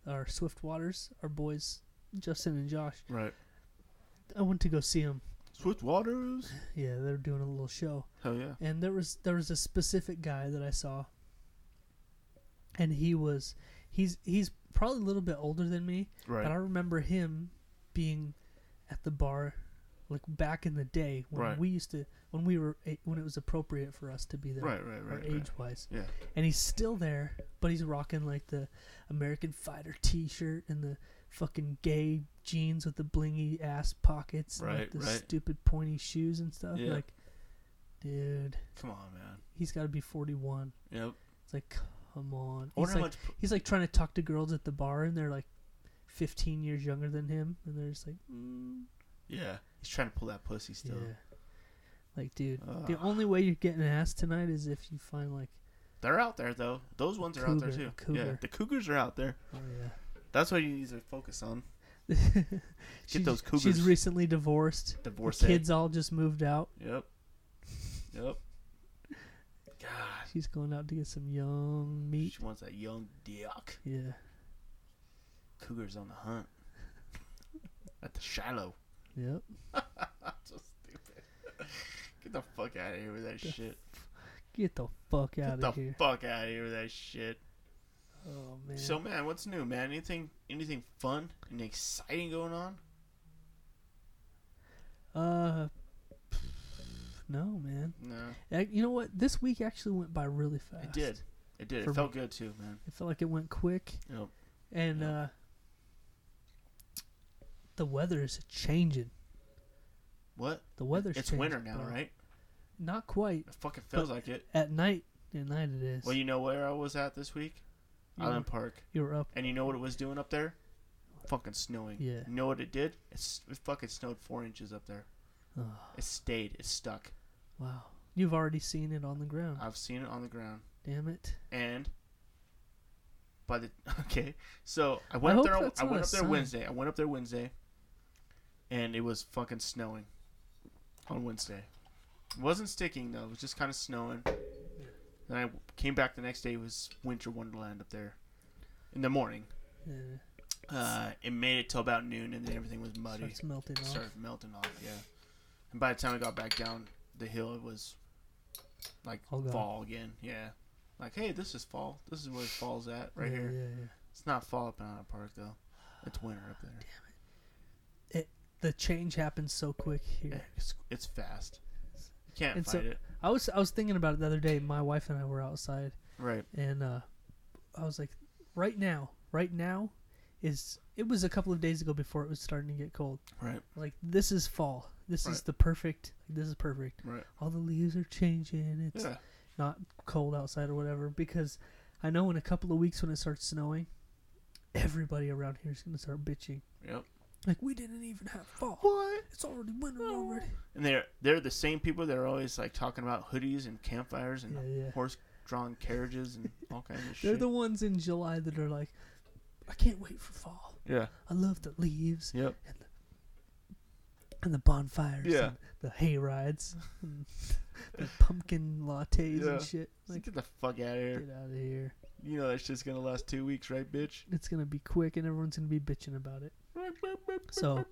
A: our Swift Waters, our boys Justin and Josh.
B: Right.
A: I went to go see them.
B: Swift waters.
A: Yeah, they were doing a little show,
B: Hell yeah.
A: and there was there was a specific guy that I saw, and he was he's he's probably a little bit older than me,
B: Right.
A: but I remember him being at the bar, like back in the day when
B: Right.
A: we used to when we were a- when it was appropriate for us to be there,
B: Right, right,
A: or
B: right, right.
A: age wise.
B: Yeah.
A: and he's still there, but he's rocking like the American Fighter T-shirt and the fucking gay jeans with the blingy ass pockets, and like
B: Right,
A: the
B: right.
A: stupid pointy shoes and stuff.
B: Yeah.
A: Like, dude,
B: Come on, man.
A: he's got to be forty-one.
B: Yep.
A: It's like, come on.
B: I wonder
A: He's
B: how
A: like,
B: much.
A: he's like trying to talk to girls at the bar, and they're like fifteen years younger than him, and they're just like, mm,
B: Yeah. He's trying to pull that pussy
A: yeah.
B: still. Uh,
A: Like, dude, the
B: Ugh.
A: only way you're getting ass tonight is if you find like,
B: They're out there though. Those ones are out there
A: Cougar,
B: too.
A: cougar.
B: Yeah. The cougars are out there.
A: oh yeah.
B: That's what you need to focus on.
A: She's- She's
B: those cougars.
A: recently divorced.
B: Divorce
A: the
B: it.
A: kids all just moved out.
B: Yep. Yep. God.
A: She's going out to get some young meat.
B: She wants that young dick.
A: Yeah.
B: Cougars on the hunt. At the shallow.
A: Yep.
B: so stupid. Get the fuck out of here with that shit.
A: Get the fuck out
B: Get the
A: of here.
B: fuck out of here with that shit.
A: oh man.
B: So man, what's new, man? Anything anything fun and exciting going on?
A: uh no, man.
B: No.
A: Ac- You know what? This week actually went by really fast.
B: It did. It did.
A: For
B: It felt good too, man.
A: It felt like it went quick
B: Yep.
A: and
B: Yeah.
A: uh the weather is changing.
B: What?
A: The weather's
B: It's
A: changing,
B: winter now,
A: bro.
B: right?
A: Not quite.
B: It fucking feels like it.
A: At night, at night it is.
B: Well, you know where I was at this week?
A: You
B: Island Park.
A: you were up.
B: And you know what it was doing up there? Fucking snowing.
A: Yeah.
B: You know what it did? It, s- it fucking snowed four inches up there.
A: Oh,
B: It stayed. It stuck.
A: wow. You've already seen it on the ground.
B: I've seen it on the ground.
A: Damn it.
B: And by the okay, so I
A: I
B: went
A: hope
B: up there.
A: that's
B: I
A: not
B: went
A: a
B: up there
A: sign.
B: Wednesday. I went up there Wednesday, and it was fucking snowing on Wednesday. It wasn't sticking though. It was just kind of snowing. Then I came back the next day. It was winter wonderland up there in the morning.
A: Yeah.
B: Uh, it made it till about noon, and then everything was muddy.
A: Starts melting off.
B: started melting off. Yeah, and by the time I got back down the hill, it was like
A: All gone.
B: fall again. Yeah, like hey, this is fall. This is where fall's at right
A: yeah,
B: here.
A: Yeah, yeah.
B: It's not fall up in Island Park though. It's winter up there.
A: The change happens so quick here.
B: Yeah, it's, it's fast. You can't
A: And so-
B: fight it.
A: I was I was thinking about it the other day. My wife and I were outside,
B: Right.
A: and uh, I was like, right now, right now, is it was a couple of days ago before it was starting to get cold.
B: Right.
A: Like this is fall. This is
B: Right.
A: the perfect. This is perfect.
B: Right.
A: All the leaves are changing. It's
B: Yeah.
A: not cold outside or whatever. Because I know in a couple of weeks when it starts snowing, everybody around here is gonna start bitching.
B: Yep.
A: Like we didn't even have fall.
B: What?
A: It's already winter already.
B: And they're they're the same people that are always like talking about hoodies and campfires and
A: Yeah, yeah.
B: horse drawn carriages and all kinds of
A: They're
B: shit.
A: the ones in July that are like, I can't wait for fall.
B: yeah.
A: I love the leaves
B: Yep.
A: and the bonfires
B: Yeah.
A: and the hay rides and the pumpkin lattes
B: Yeah.
A: and shit.
B: Like,
A: Like,
B: get the fuck out of here.
A: get out of here.
B: You know that shit's gonna last two weeks, right, bitch?
A: It's going to be quick and everyone's going to be bitching about it. So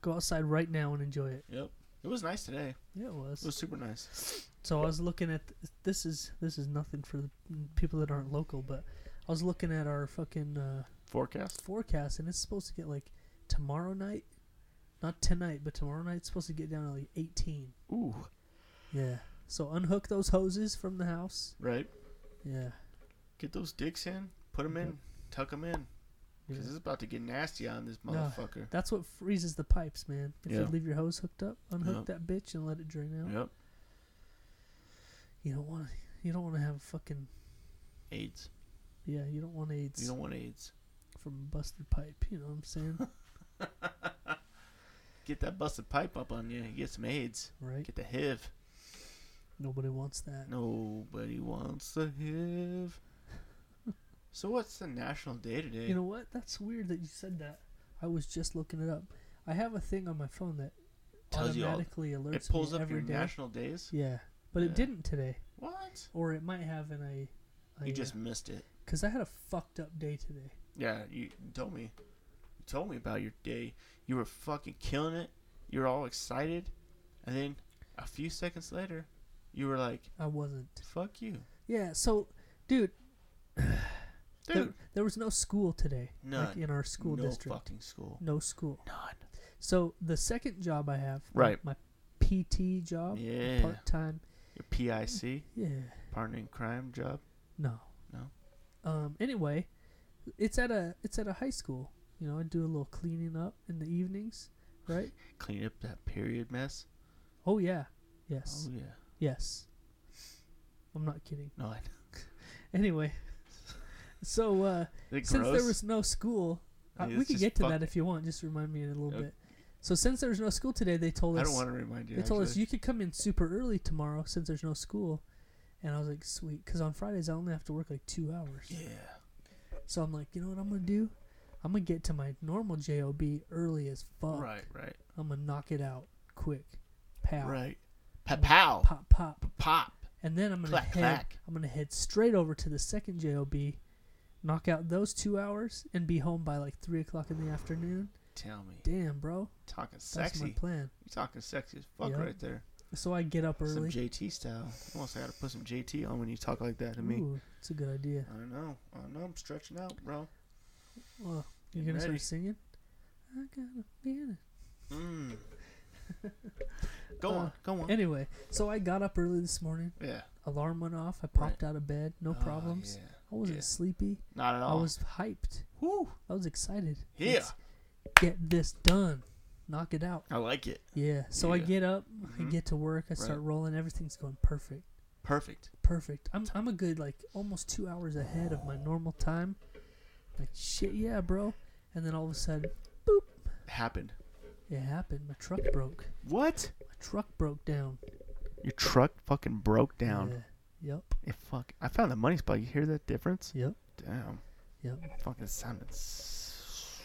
A: go outside right now and enjoy it.
B: Yep. It was nice today.
A: Yeah, it was.
B: It was super nice.
A: So I was looking at th- this is this is nothing for the people that aren't local, but I was looking at our fucking uh,
B: Forecast.
A: forecast and it's supposed to get like tomorrow night, not tonight, but tomorrow night it's supposed to get down to like 18.
B: Ooh.
A: Yeah. So unhook those hoses from the house.
B: Right.
A: Yeah.
B: Get those dicks in. Put them in. Tuck them in. because it's about to get nasty on this
A: No.
B: motherfucker.
A: That's what freezes the pipes, man. If
B: Yeah.
A: you leave your hose hooked up, unhook
B: Yeah.
A: that bitch and let it drain out.
B: Yep,
A: You don't want to. You don't want to have fucking.
B: AIDS.
A: Yeah, you don't want AIDS
B: You don't want AIDS.
A: from a busted pipe. You know what I'm saying?
B: Get that busted pipe up on you. and Get some AIDS.
A: right?
B: Get the HIV.
A: Nobody wants that.
B: Nobody wants the HIV. so what's the national day today?
A: You know what? That's weird that you said that. I was just looking it up. I have a thing on my phone that
B: Tells you all-
A: automatically alerts
B: it pulls
A: me
B: up
A: every
B: your
A: day.
B: national days.
A: Yeah, but
B: Yeah.
A: it didn't today,
B: What?
A: or it might have, and I. I
B: You just missed it.
A: because I had a fucked up day today.
B: Yeah, you told me. You told me about your day. You were fucking killing it. You were all excited, and then a few seconds later, you were like,
A: I wasn't.
B: "Fuck you,
A: Yeah. So, dude, there-
B: dude."
A: There, was no school today. Like
B: None.
A: in our school
B: no
A: district.
B: fucking school.
A: No school.
B: None.
A: So the second job I have,
B: Right.
A: my PT job,
B: Yeah.
A: part time.
B: Your PIC,
A: Yeah.
B: partner in crime job.
A: No.
B: No?
A: Um. Anyway, it's at a it's at a high school. You know, I do a little cleaning up in the evenings, right?
B: Clean up that period mess.
A: oh yeah. Yes.
B: Oh yeah.
A: Yes. I'm not kidding.
B: No, I.
A: Anyway, so uh,
B: Is it
A: since
B: gross?
A: there was no school, uh,
B: Like,
A: we
B: it's
A: could
B: just
A: get to
B: fuck-
A: that if you want. Just remind me in a little
B: Okay.
A: bit. So since there was no school today, they told us
B: I don't want to remind you.
A: They told us
B: actually.
A: you could come in super early tomorrow since there's no school. And I was like, sweet. Because on Fridays, I only have to work like two hours.
B: Yeah.
A: So I'm like, you know what I'm going to do? I'm going to get to my normal JOB early as fuck.
B: Right. Right.
A: I'm going to knock it out quick. Pow.
B: Right. Pow.
A: Pop, pop.
B: Pop.
A: And then I'm going to
B: Clack,
A: head.
B: clack.
A: I'm going to head straight over to the second JOB, knock out those two hours, and be home by like 3 o'clock in the afternoon.
B: Tell me.
A: Damn, bro.
B: Talking
A: That's
B: sexy.
A: my plan.
B: You're talking sexy as fuck
A: Yeah.
B: right there.
A: So I get up
B: Some
A: early.
B: JT style. Almost I gotta put some JT on when you talk like that to me.
A: Ooh, it's a good idea.
B: I know. I know. I'm stretching out, bro.
A: Well, you're
B: Getting
A: gonna
B: ready.
A: start singing. I got a feeling.
B: Mm. go
A: Uh,
B: on. Go on.
A: Anyway, so I got up early this morning.
B: yeah.
A: Alarm went off. I popped out of bed. No
B: Oh,
A: problems.
B: yeah.
A: I wasn't
B: Yeah.
A: sleepy.
B: Not at
A: I
B: all.
A: was hyped.
B: Woo.
A: I was excited.
B: Yeah.
A: Let's get this done. Knock it out.
B: I like it.
A: Yeah. So I
B: Yeah.
A: get up. I
B: Mhm.
A: get to work. I start
B: Right.
A: rolling. Everything's going perfect.
B: Perfect.
A: Perfect. I'm I'm a good like almost two hours ahead of my normal time. Like shit, yeah, bro. And then all of a sudden, boop,
B: Happened.
A: it happened. My truck broke.
B: What?
A: My truck broke down.
B: Your truck fucking broke down.
A: Yeah. Yep.
B: It fuck. I found the money spot. You hear that difference?
A: Yep.
B: Damn.
A: Yep.
B: Fucking sounded. s-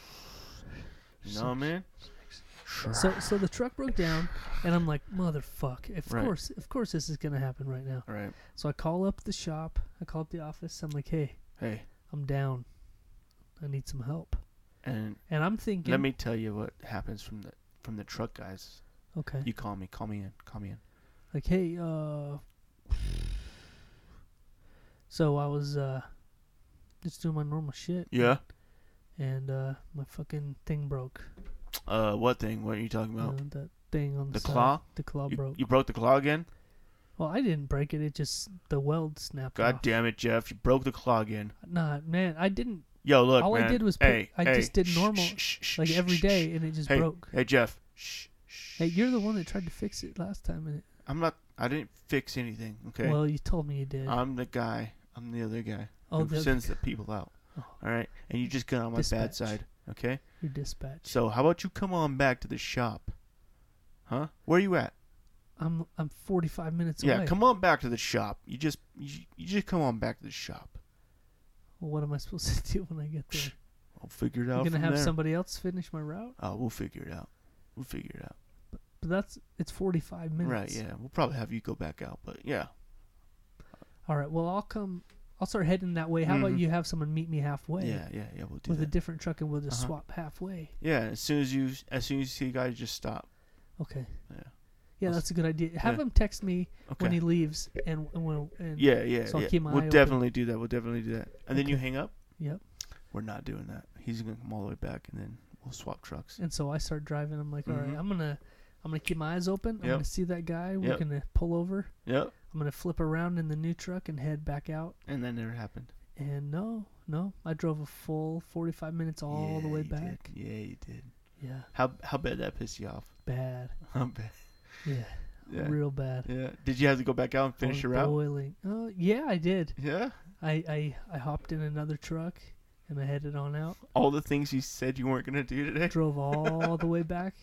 B: No man. Sure.
A: So so the truck broke down, and I'm like, motherfuck. Of
B: Right.
A: course, of course, this is gonna happen right now.
B: All right.
A: So I call up the shop. I call up the office. I'm like, hey,
B: Hey,
A: I'm down. I need some help.
B: and
A: And I'm thinking,
B: let me tell you what happens from the from the truck guys.
A: okay,
B: You call me. Call me in. Call me in.
A: like, hey, uh. So I was uh, just doing my normal shit,
B: Yeah.
A: and uh, my fucking thing broke.
B: Uh, what thing? What are you talking
A: You
B: about?
A: know, that thing on the,
B: The
A: side.
B: claw?
A: The claw
B: You,
A: broke.
B: you broke the claw again?
A: Well, I didn't break it. It just the weld snapped.
B: God
A: off.
B: damn it, Jeff! You broke the claw again.
A: Nah, man, I didn't
B: Yo, look,
A: All I
B: man.
A: did was put-
B: hey,
A: I
B: hey,
A: just did
B: shh,
A: normal,
B: shh, shh, shh,
A: like
B: shh,
A: every
B: shh,
A: day,
B: shh.
A: and it just
B: Hey,
A: broke.
B: hey, Jeff. Shh, shh.
A: Hey, you're the one that tried to fix it last time, and it,
B: I'm not. I didn't fix anything. Okay.
A: well, you told me you did.
B: I'm the guy. I'm the other guy
A: oh,
B: who
A: the,
B: sends the people out.
A: Oh.
B: All right, and you just got on my bad
A: Dispatch.
B: side. Okay.
A: your dispatch.
B: So how about you come on back to the shop? Huh? Where you at?
A: I'm I'm 45 minutes
B: yeah,
A: away.
B: come on back to the shop. You just you, you just come on back to the shop.
A: Well, what am I supposed to do when I get there?
B: I'll figure it out.
A: I'm gonna
B: from
A: have
B: there.
A: somebody else finish my route.
B: Oh, we'll figure it out. We'll figure it out.
A: But that's it's 45 minutes.
B: Right? Yeah. We'll probably have you go back out, but yeah.
A: All right. Well, I'll come. I'll start heading that way. How
B: Mhm.
A: about you have someone meet me halfway?
B: Yeah. Yeah. Yeah. We'll do
A: With a
B: that.
A: different truck, and we'll just
B: Uh-huh.
A: swap halfway.
B: yeah. As soon as you as soon as you see a guy, just stop.
A: Okay.
B: Yeah.
A: Yeah,
B: Let's-
A: that's a good idea. Have
B: yeah.
A: him text me when
B: Okay.
A: he leaves, and and when and
B: Yeah. Yeah.
A: so I'll
B: yeah.
A: keep my
B: We'll
A: eye open.
B: definitely do that. We'll definitely do that. And then you
A: Okay.
B: hang up.
A: Yep.
B: We're not doing that. He's gonna come all the way back, and then we'll swap trucks.
A: And so I start driving. I'm like, all right,
B: Mhm.
A: I'm gonna, I'm gonna keep my eyes open. I'm
B: Yep.
A: gonna see that guy. We're
B: Yep.
A: gonna pull over.
B: Yep.
A: I'm gonna flip around in the new truck and head back out.
B: And that never happened.
A: And no, No, I drove a full 45 minutes all the
B: Yeah,
A: way
B: you did.
A: back.
B: Yeah, you did.
A: Yeah,
B: How how bad that pissed you off?
A: bad.
B: How bad?
A: Yeah,
B: Yeah.
A: real bad.
B: Yeah. Did you have to go back out and
A: I was
B: finish your route?
A: Boiling. Oh yeah, I did.
B: Yeah.
A: I, I I hopped in another truck and I headed on out.
B: All the things you said you weren't gonna do today.
A: Drove all the way back.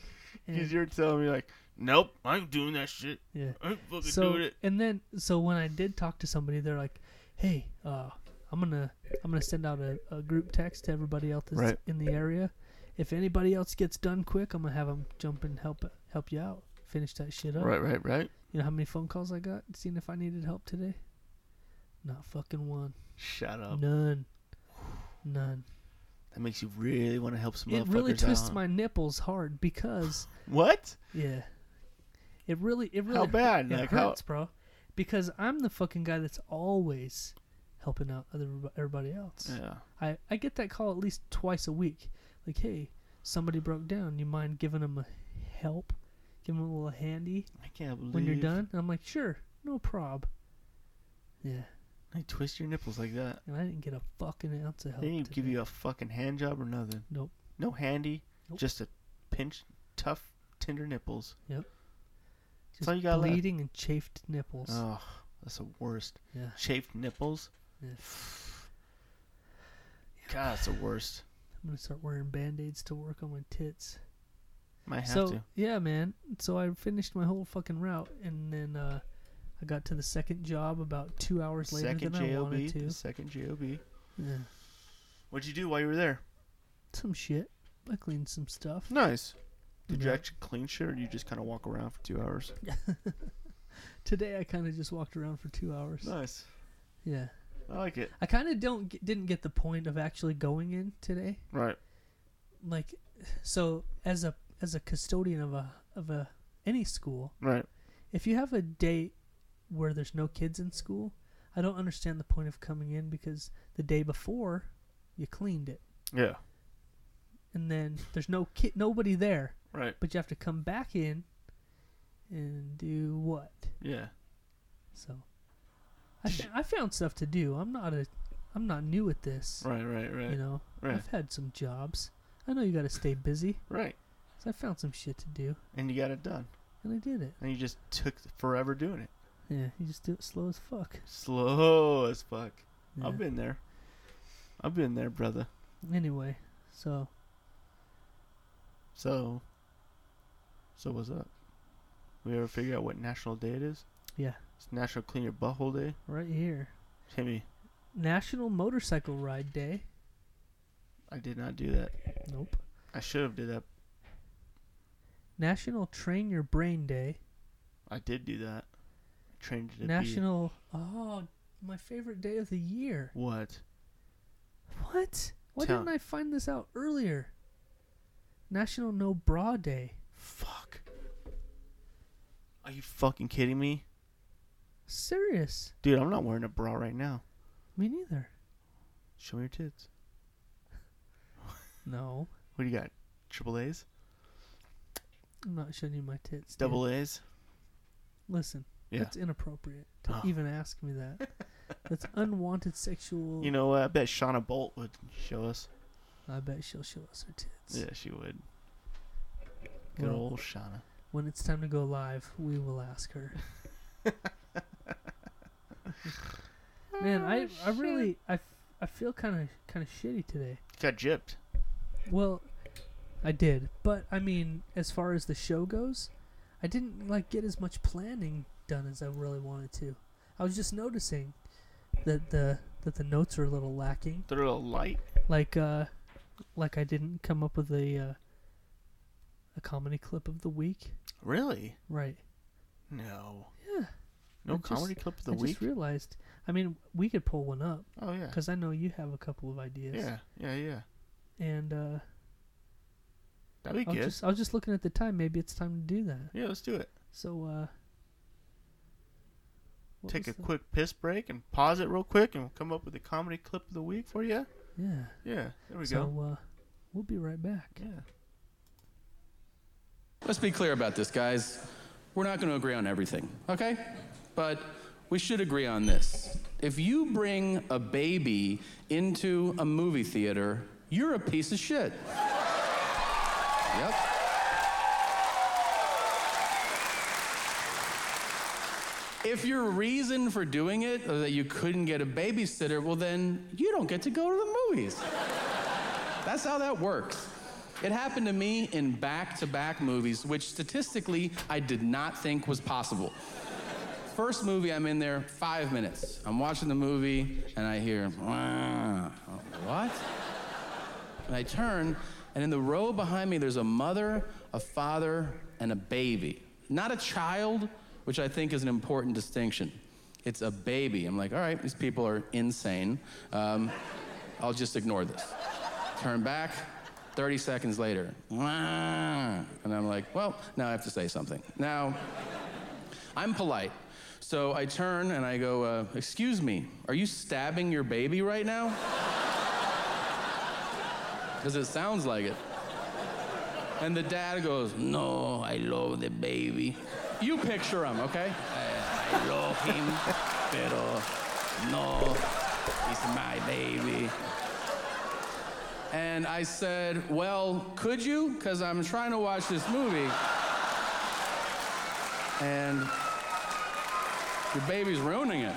B: Because
A: And,
B: you're telling me like, nope, I ain't doing that shit.
A: yeah.
B: I ain't fucking
A: So
B: doing it.
A: and then so when I did talk to somebody, they're like, "Hey, uh, I'm gonna I'm gonna send out a, a group text to everybody else that's
B: Right.
A: in the area. If anybody else gets done quick, I'm gonna have them jump and help help you out, finish that shit up.
B: Right, right, right.
A: You know how many phone calls I got seeing if I needed help today? Not fucking one.
B: Shut up.
A: None. None.
B: That makes you really want to help some
A: It
B: motherfuckers
A: really twists
B: out.
A: my nipples hard because
B: What?
A: yeah, it really it really
B: How bad?
A: it
B: Like, how-
A: hurts, bro. Because I'm the fucking guy that's always helping out other everybody else.
B: Yeah.
A: I I get that call at least twice a week. Like, hey, somebody broke down. You mind giving them a help? Give them a little handy
B: I can't believe
A: when you're done. And I'm like, sure, no prob. Yeah,
B: They twist your nipples like that.
A: and I didn't get a fucking ounce of help.
B: They didn't give
A: today.
B: you a fucking hand job or nothing.
A: Nope.
B: No handy.
A: Nope.
B: Just a pinch, tough, tender nipples.
A: Just
B: all you got left.
A: bleeding and chafed nipples.
B: Oh, that's the worst.
A: Yeah.
B: Chafed nipples.
A: Yeah.
B: God, that's the worst.
A: I'm gonna start wearing band-aids to work on my tits.
B: Might have
A: so
B: to.
A: yeah, man. So I finished my whole fucking route, and then uh, I got to the second job about two hours later
B: Second
A: than I
B: job.
A: wanted to.
B: Second job.
A: Yeah.
B: What'd you do while you were there?
A: Some shit. I cleaned some stuff.
B: Nice. Did you
A: Yeah.
B: actually clean shit, or did you just kind of walk around for two hours?
A: Today I kind of just walked around for two hours.
B: Nice.
A: Yeah.
B: I like it.
A: I kind of don't get, didn't get the point of actually going in today.
B: Right.
A: Like, so as a as a custodian of a of a any school,
B: Right.
A: if you have a day where there's no kids in school, I don't understand the point of coming in because the day before you cleaned it
B: Yeah.
A: and then there's no kid nobody there,
B: Right.
A: but you have to come back in and do what?
B: Yeah.
A: So I, fa- I found stuff to do. I'm not a I'm not new at this.
B: Right. Right. Right.
A: You know,
B: right.
A: I've had some jobs. I know you got to stay busy.
B: Right.
A: So I found some shit to do
B: And you got it done.
A: and I did it.
B: And you just took forever doing it.
A: Yeah, you just do it slow as fuck.
B: Slow as fuck.
A: Yeah.
B: I've been there. I've been there, brother.
A: Anyway, so
B: So, so what's up? We ever figure out what national day it is?
A: Yeah.
B: It's National Clean Your Butthole Day.
A: right here
B: Timmy,
A: National Motorcycle Ride Day.
B: I did not do that.
A: Nope.
B: I should have did that.
A: National Train Your Brain Day.
B: I did do that. I trained it to
A: National. Oh, my favorite day of the year.
B: Be. What?
A: What? Why
B: Tell-
A: didn't I find this out earlier? National No Bra Day.
B: Fuck. Are you fucking kidding me,
A: Serious.
B: dude? I'm not wearing a bra right now.
A: Me neither.
B: Show me your tits.
A: No,
B: What do you got? Triple A's?
A: I'm not showing you my tits. dude.
B: Double A's?
A: Listen,
B: Yeah.
A: that's inappropriate to
B: Oh.
A: even ask me that. That's unwanted sexual.
B: You know, what? I bet Shauna Bolt would show us.
A: I bet she'll show us her tits.
B: Yeah, she would. Good
A: Well,
B: old Shauna.
A: When it's time to go live, we will ask her. Man, I, I really I, f- I feel kind of kind of shitty today.
B: Got gypped.
A: Well, I did, but I mean, as far as the show goes, I didn't like get as much planning done as I really wanted to. I was just noticing that the that the notes are a little lacking.
B: They're a little light.
A: Like uh, like I didn't come up with a uh, a comedy clip of the week.
B: Really?
A: Right.
B: No.
A: Yeah.
B: No
A: I just-
B: comedy clip of the
A: I
B: week?
A: just realized. I mean, we could pull one up
B: oh, yeah.
A: because I know you have a couple of ideas.
B: Yeah, yeah, yeah.
A: And uh,
B: That'd
A: I
B: be
A: was
B: good.
A: just I was just looking at the time. Maybe it's time to do that.
B: Yeah, let's do it.
A: So uh. what
B: Take a
A: was the-
B: quick piss break and pause it real quick and we'll come up with a comedy clip of the week for you.
A: Yeah.
B: Yeah, there we
A: so
B: go.
A: uh, we'll be right back.
B: Yeah.
E: Let's be clear about this, guys. We're not going to agree on everything, okay? But we should agree on this. If you bring a baby into a movie theater, you're a piece of shit. Yep. If your reason for doing it is that you couldn't get a babysitter, well, then you don't get to go to the movies. That's how that works. It happened to me in back to back movies, which statistically I did not think was possible. First movie, I'm in there five minutes. I'm watching the movie and I hear, "Wah." what? And I turn, and in the row behind me, there's a mother, a father, and a baby. Not a child, which I think is an important distinction. It's a baby. I'm like, all right, these people are insane. Um, I'll just ignore this. Turn back, 30 seconds later, "Wah." and I'm like, well, now I have to say something. Now, I'm polite. So I turn and I go, uh, excuse me, are you stabbing your baby right now? because it sounds like it. And the dad goes, No, I love the baby. You picture him, okay? I, I love him, pero no, he's my baby. And I said, Well, could you? Because I'm trying to watch this movie. And your baby's ruining it.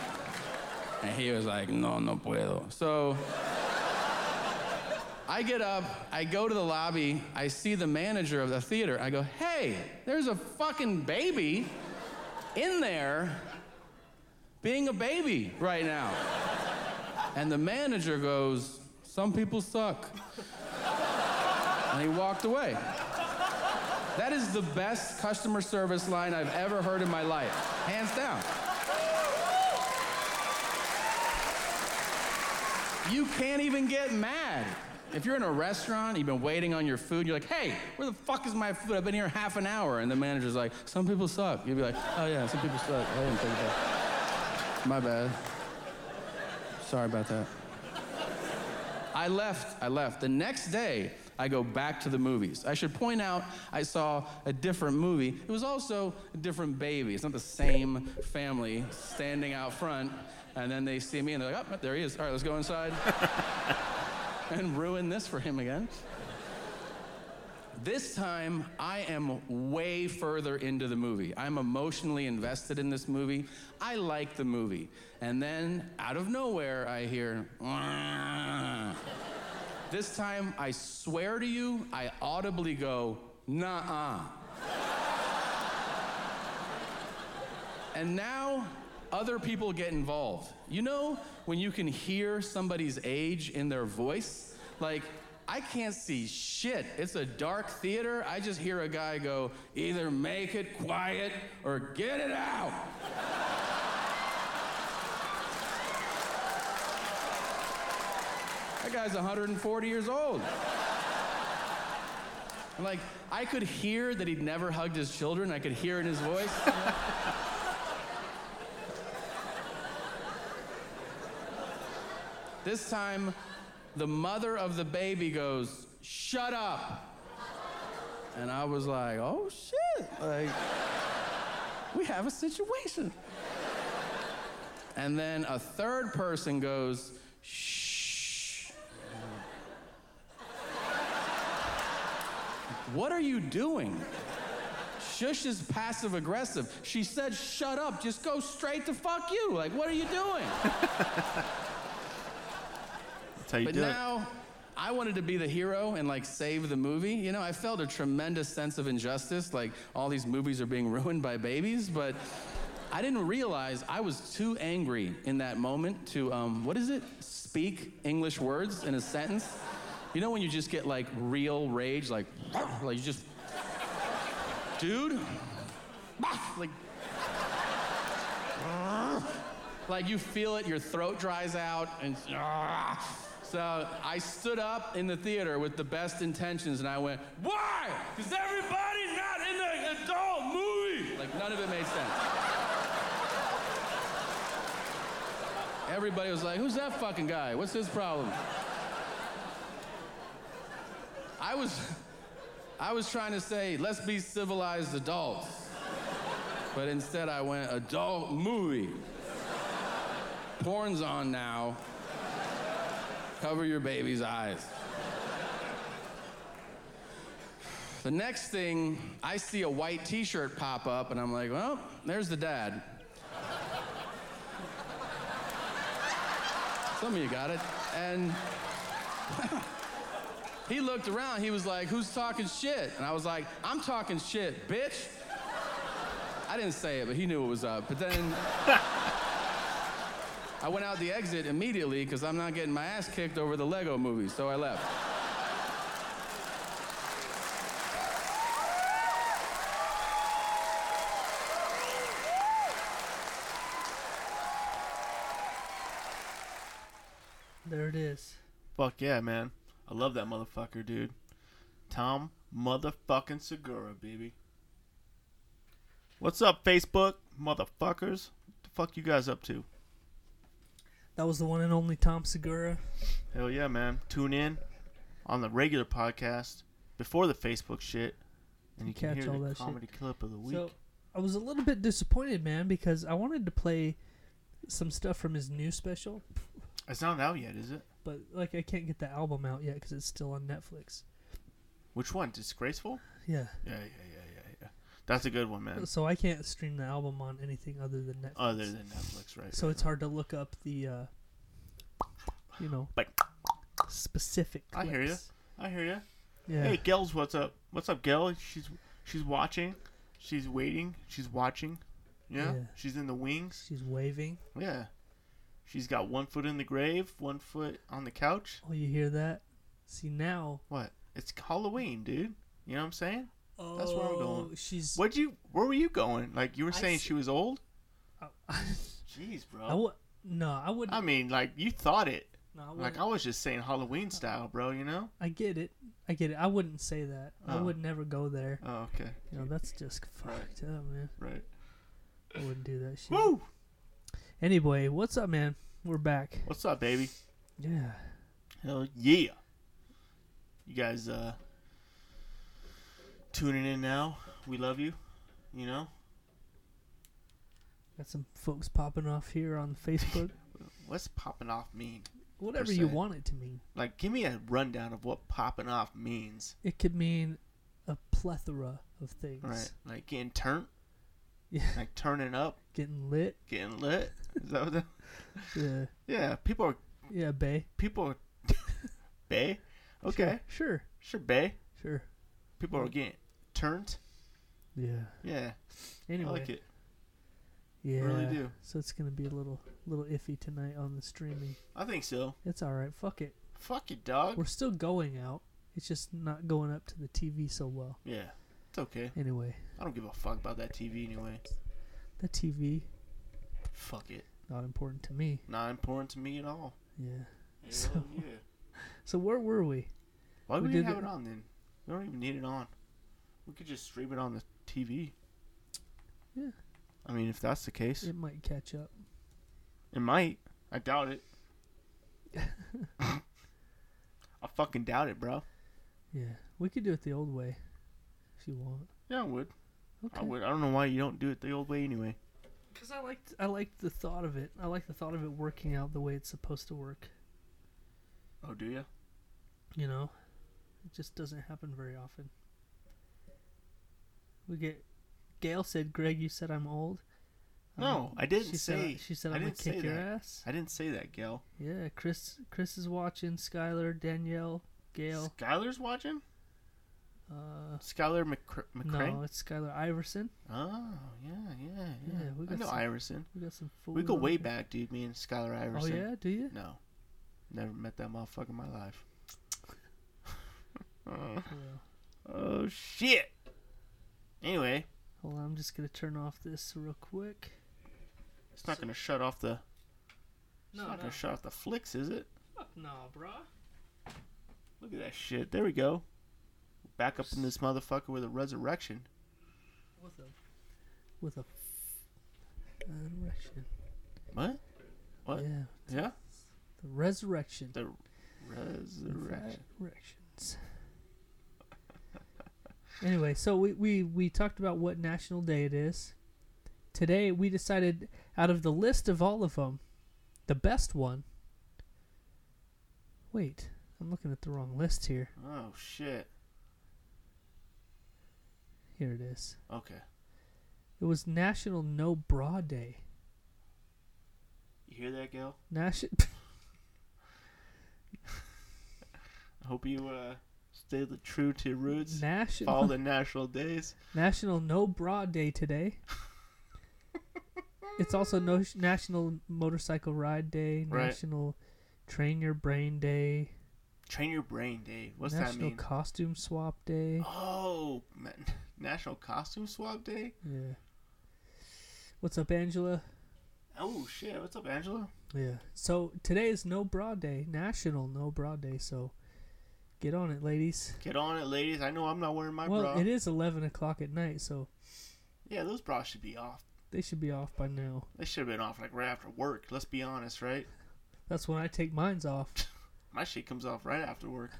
E: And he was like, No, no puedo. So. I get up, I go to the lobby, I see the manager of the theater. I go, hey, there's a fucking baby in there being a baby right now. And the manager goes, some people suck. and he walked away. That is the best customer service line I've ever heard in my life, hands down. You can't even get mad. If you're in a restaurant, you've been waiting on your food, you're like, hey, where the fuck is my food? I've been here half an hour. And the manager's like, some people suck. You'd be like, oh yeah, some people suck. I didn't think about that. My bad. Sorry about that. I left. I left. The next day, I go back to the movies. I should point out, I saw a different movie. It was also a different baby. It's not the same family standing out front. And then they see me and they're like, oh, there he is. All right, let's go inside and ruin this for him again. This time, I am way further into the movie. I'm emotionally invested in this movie. I like the movie. And then, out of nowhere, I hear. "Wah." This time, I swear to you, I audibly go, nah uh. And now other people get involved. You know when you can hear somebody's age in their voice? Like, I can't see shit. It's a dark theater. I just hear a guy go, either make it quiet or get it out. that guy's 140 years old. Like, I could hear that he'd never hugged his children. I could hear it in his voice. you know? This time, the mother of the baby goes, Shut up. And I was like, Oh shit. Like, we have a situation. And then a third person goes, Shh. What are you doing? Shush is passive aggressive. She said, Shut up. Just go straight to fuck you. Like, what are you doing?
B: That's how you
E: But
B: do it.
E: now I wanted to be the hero and like save the movie. You know, I felt a tremendous sense of injustice. Like all these movies are being ruined by babies, but I didn't realize I was too angry in that moment to um, what is it? Speak English words in a sentence. You know when you just get like real rage, like like you just, dude, like like you feel it, your throat dries out, and "Ah." so I stood up in the theater with the best intentions, and I went, "Why? Because everybody's not in the adult movie." Like none of it made sense. Everybody was like, "Who's that fucking guy? What's his problem?" I was, I was trying to say, "Let's be civilized adults," but instead I went, "Adult movie." Porn's on now. Cover your baby's eyes. The next thing, I see a white t shirt pop up, and I'm like, well, there's the dad. Some of you got it. And he looked around, he was like, who's talking shit? And I was like, I'm talking shit, bitch. I didn't say it, but he knew it was up. But then I went out the exit immediately because I'm not getting my ass kicked over the Lego movie, so I left.
A: There it is.
B: Fuck yeah, man. I love that motherfucker, dude. Tom motherfucking Segura, baby. What's up, Facebook, motherfuckers? What the fuck you guys up to?
A: That was the one and only Tom Segura.
B: Hell yeah, man. Tune in on the regular podcast before the Facebook shit, and you can
A: Catch
B: hear
A: all
B: the
A: that shit.
B: comedy clip of the week.
A: So I was a little bit disappointed, man, because I wanted to play some stuff from his new special,
B: it's not out yet, is it?
A: but like I can't get the album out yet because it's still on Netflix.
B: Which one? Disgraceful?
A: Yeah,
B: Yeah, yeah, yeah, yeah, yeah. That's a good one, man.
A: so I can't stream the album on anything other than Netflix.
B: Other than Netflix, right?
A: so
B: right,
A: it's hard to look up the, uh, you know,
B: But-
A: specific.
B: I hear ya.
A: clips.
B: I hear ya.
A: Yeah.
B: Hey, Gel's, what's up? What's up, Gel? She's she's watching. She's waiting. She's watching. Yeah.
A: Yeah.
B: She's in the wings.
A: She's waving.
B: Yeah. She's got one foot in the grave, one foot on the couch.
A: Oh, you hear that? See now.
B: What? It's Halloween, dude. You know what I'm saying?
A: Oh,
B: That's where I'm going.
A: She's.
B: What'd you? Where were you going? Like you were
A: I
B: saying
A: see-
B: she was old?
A: I,
B: Jeez, bro. I
A: I would. No, I would. not
B: mean, like you thought it.
A: no, I
B: Like
A: wouldn't.
B: I was just saying Halloween style, bro. You know?
A: I get it. I get it. I wouldn't say that. I
B: Oh.
A: would never go there.
B: Oh, okay.
A: You know, that's just fucked up, man.
B: Right.
A: I wouldn't do that shit.
B: Woo!
A: Anyway, what's up, man? We're back.
B: What's up, baby?
A: Yeah.
B: Hell yeah. You guys uh tuning in now. We love you. You know?
A: Got some folks popping off here on Facebook.
B: What's popping off mean?
A: Whatever you
B: se.
A: want it to mean.
B: Like give me a rundown of what popping off means.
A: It could mean a plethora of things.
B: Right. Like getting turnt.
A: Yeah.
B: Like turning up,
A: Getting lit.
B: getting lit. Is that what the
A: Yeah.
B: Yeah, people are
A: Yeah, Bay.
B: people are Bay? Okay.
A: Sure.
B: Sure, Bay.
A: Sure.
B: People are getting turnt.
A: Yeah.
B: Yeah.
A: Anyway.
B: I like it.
A: Yeah.
B: really do.
A: So it's gonna be a little little iffy tonight on the streaming.
B: I think so.
A: It's alright, fuck it.
B: Fuck it, dog.
A: We're still going out. It's just not going up to the TV so well.
B: Yeah. It's okay.
A: Anyway,
B: I don't give a fuck about that TV anyway.
A: the TV
B: Fuck it.
A: not important to me.
B: Not important to me at all.
A: Yeah. So-
B: yeah.
A: So where were we?
B: Why
A: We
B: would we
A: did
B: have
A: it-
B: it on then? We don't even need it on. We could just stream it on the TV.
A: Yeah.
B: I mean, if that's the case,
A: It might catch up.
B: it might. I doubt it. I fucking doubt it, bro.
A: Yeah. We could do it the old way if you want.
B: Yeah, I would.
A: Okay.
B: I would. I don't know why you don't do it the old way anyway.
A: Cuz I liked I liked the thought of it. I like the thought of it working out the way it's supposed to work,
B: Oh, do you?
A: you know? It just doesn't happen very often. We get Gail said, "Greg, you said I'm old." Um,
B: No, I didn't
A: she said I-
B: say-
A: she said
B: I
A: I'm gonna
B: didn't say
A: kick your
B: that.
A: ass.
B: I didn't say that, Gail.
A: Yeah, Chris. Chris is watching. Skylar, Danielle, Gail.
B: Skylar's watching?
A: Uh,
B: Skylar McCr- McCray?
A: no, it's Skylar Iverson.
B: Oh, yeah, yeah, yeah.
A: Yeah, we
B: I
A: got
B: know
A: some-
B: Iverson.
A: We got some.
B: We
A: fools
B: go
A: on
B: way
A: here.
B: back, dude. Me and Skylar
A: Oh
B: Iverson.
A: yeah, do you?
B: No, never met that motherfucker in my life. Uh,
A: Well,
B: oh shit. Anyway,
A: hold on, I'm just gonna turn off this real quick.
B: it's not gonna shut off the. It's
A: No,
B: not
A: no,
B: gonna shut off the flicks, is it?
A: fuck no, bruh.
B: Look at that shit. There we go. Back up in this motherfucker with a resurrection.
A: With a, with a f- resurrection.
B: What? What?
A: Yeah,
B: Yeah.
A: the resurrection.
B: The resurrection.
A: Resurrections. anyway, so we, we, we talked about what national day it is. Today, we decided out of the list of all of them, The best one. Wait, I'm looking at the wrong list here.
B: Oh shit.
A: Here it is.
B: Okay.
A: It was National No Bra Day.
B: You hear that, Gil?
A: National.
B: I hope you uh, stay the true to your roots.
A: National.
B: Follow the national days.
A: National No Bra Day today. it's also no National Motorcycle Ride Day,
B: Right.
A: National Train Your Brain Day,
B: Train your brain day. What's that
A: National
B: mean?
A: Costume Swap Day.
B: oh, man. National Costume Swap Day.
A: Yeah. What's up, Angela?
B: Oh shit! What's up, Angela?
A: Yeah. So today is No Bra Day, National No Bra Day. So get on it, ladies.
B: Get on it, ladies. I know I'm not wearing my
A: well,
B: bra.
A: it is 11 o'clock at night, so
B: Yeah, those bras should be off.
A: they should be off by now.
B: They should have been off like right after work. Let's be honest, right?
A: That's when I take mine's off.
B: My shit comes off right after work.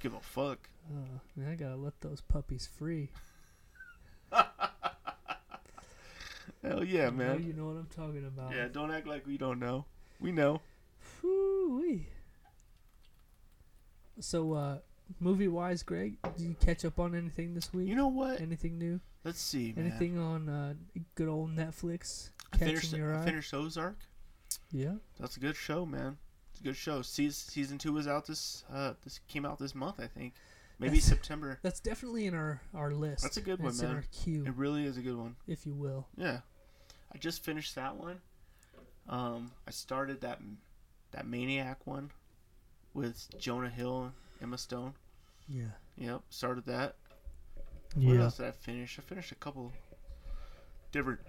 B: Give a fuck.
A: Uh, man, I gotta let those puppies free.
B: Hell yeah,
A: I know
B: man.
A: you know what I'm talking about.
B: Yeah, don't act like we don't know. We know.
A: Whoo-wee. So, uh, movie wise, Greg, did you catch up on anything this week?
B: You know what?
A: anything new?
B: Let's see, man.
A: Anything on uh, good old Netflix?
B: I
A: Catching
B: finished,
A: your
B: I
A: eye?
B: finished Ozark.
A: Yeah.
B: That's a good show, man. It's a good show. Season season two was out this uh this came out this month, I think. Maybe
A: That's-
B: September.
A: That's definitely in our, our list.
B: That's a good one,
A: it's
B: man.
A: in our queue,
B: It really is a good one.
A: if you will.
B: Yeah, I just finished that one. Um, I started that that Maniac one with Jonah Hill and Emma Stone.
A: Yeah.
B: Yep, started that. What
A: Yeah.
B: else did I finish? I finished a couple different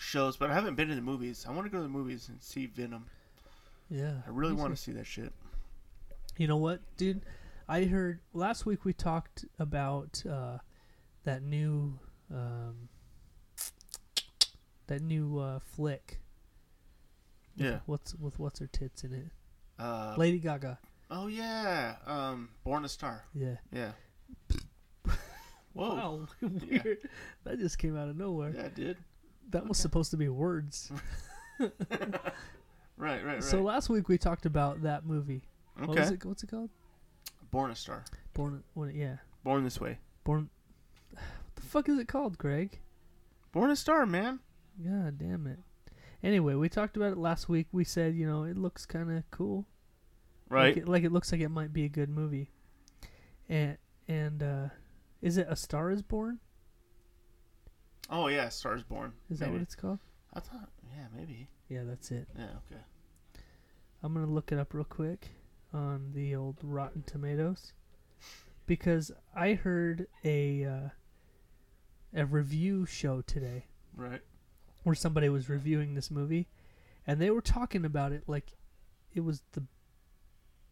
B: shows, but I haven't been to the movies. I want to go to the movies and see Venom.
A: Yeah.
B: I really
A: Me
B: want
A: too.
B: to see that shit.
A: You know what, dude? I heard last week we talked about uh, that new um, that new uh, flick. with-
B: Yeah.
A: What's with what's her tits in it?
B: Uh,
A: Lady Gaga.
B: oh yeah. Um, Born a Star.
A: Yeah.
B: Yeah. Whoa.
A: Wow. Weird. That just came out of nowhere.
B: Yeah, dude.
A: That was supposed to be words.
B: Right, right, right.
A: So last week we talked about that movie. What was
B: okay.
A: it? What's it called?
B: Born a Star.
A: Born. What, yeah.
B: Born this way.
A: Born. What the fuck is it called, Greg?
B: Born a Star, man.
A: God damn it. Anyway, we talked about it last week. We said, you know, it looks kind of cool. Like
B: Right.
A: it, like it looks like it might be a good movie. And and uh, is it A Star Is Born?
B: Oh yeah, Stars Born.
A: Is that
B: Maybe.
A: what it's called?
B: I thought. Yeah, maybe.
A: Yeah, that's it.
B: Yeah. Okay.
A: I'm gonna look it up real quick on the old Rotten Tomatoes because I heard a uh, a review show today
B: Right.
A: where somebody was reviewing this movie and they were talking about it like it was the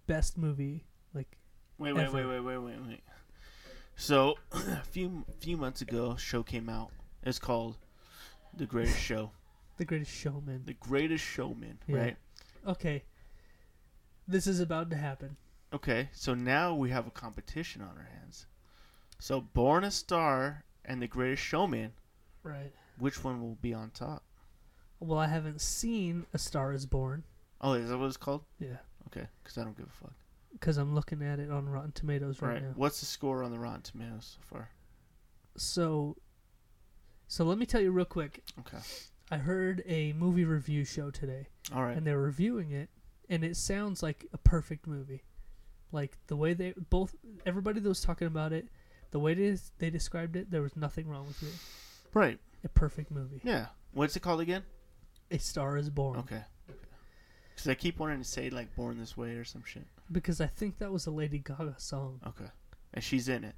A: best movie like
B: Wait, wait,
A: Ever.
B: wait, wait, wait, wait, wait. So, a few few months ago, a show came out. It's called The Greatest Show.
A: the greatest showman
B: The Greatest Showman.
A: Yeah.
B: Right.
A: okay this is about to happen
B: Okay. So now we have a competition on our hands. So, Born a Star and The Greatest Showman.
A: right
B: Which one will be on top?
A: well i haven't seen a star is born
B: Oh, is that what it's called?
A: yeah
B: Okay, because I don't give a fuck.
A: because i'm looking at it on rotten tomatoes right,
B: Right.
A: now
B: What's the score on the Rotten Tomatoes so far?
A: so so let me tell you real quick
B: Okay.
A: i heard a movie review show today
B: All right.
A: and they're reviewing it and it sounds like a perfect movie like the way they both everybody that was talking about it the way they, they described it there was nothing wrong with it
B: Right.
A: a perfect movie
B: Yeah. What's it called again?
A: a star is born
B: Okay. Because I keep wanting to say like "Born This Way" or some shit.
A: because i think that was a lady gaga song
B: Okay. And she's in it,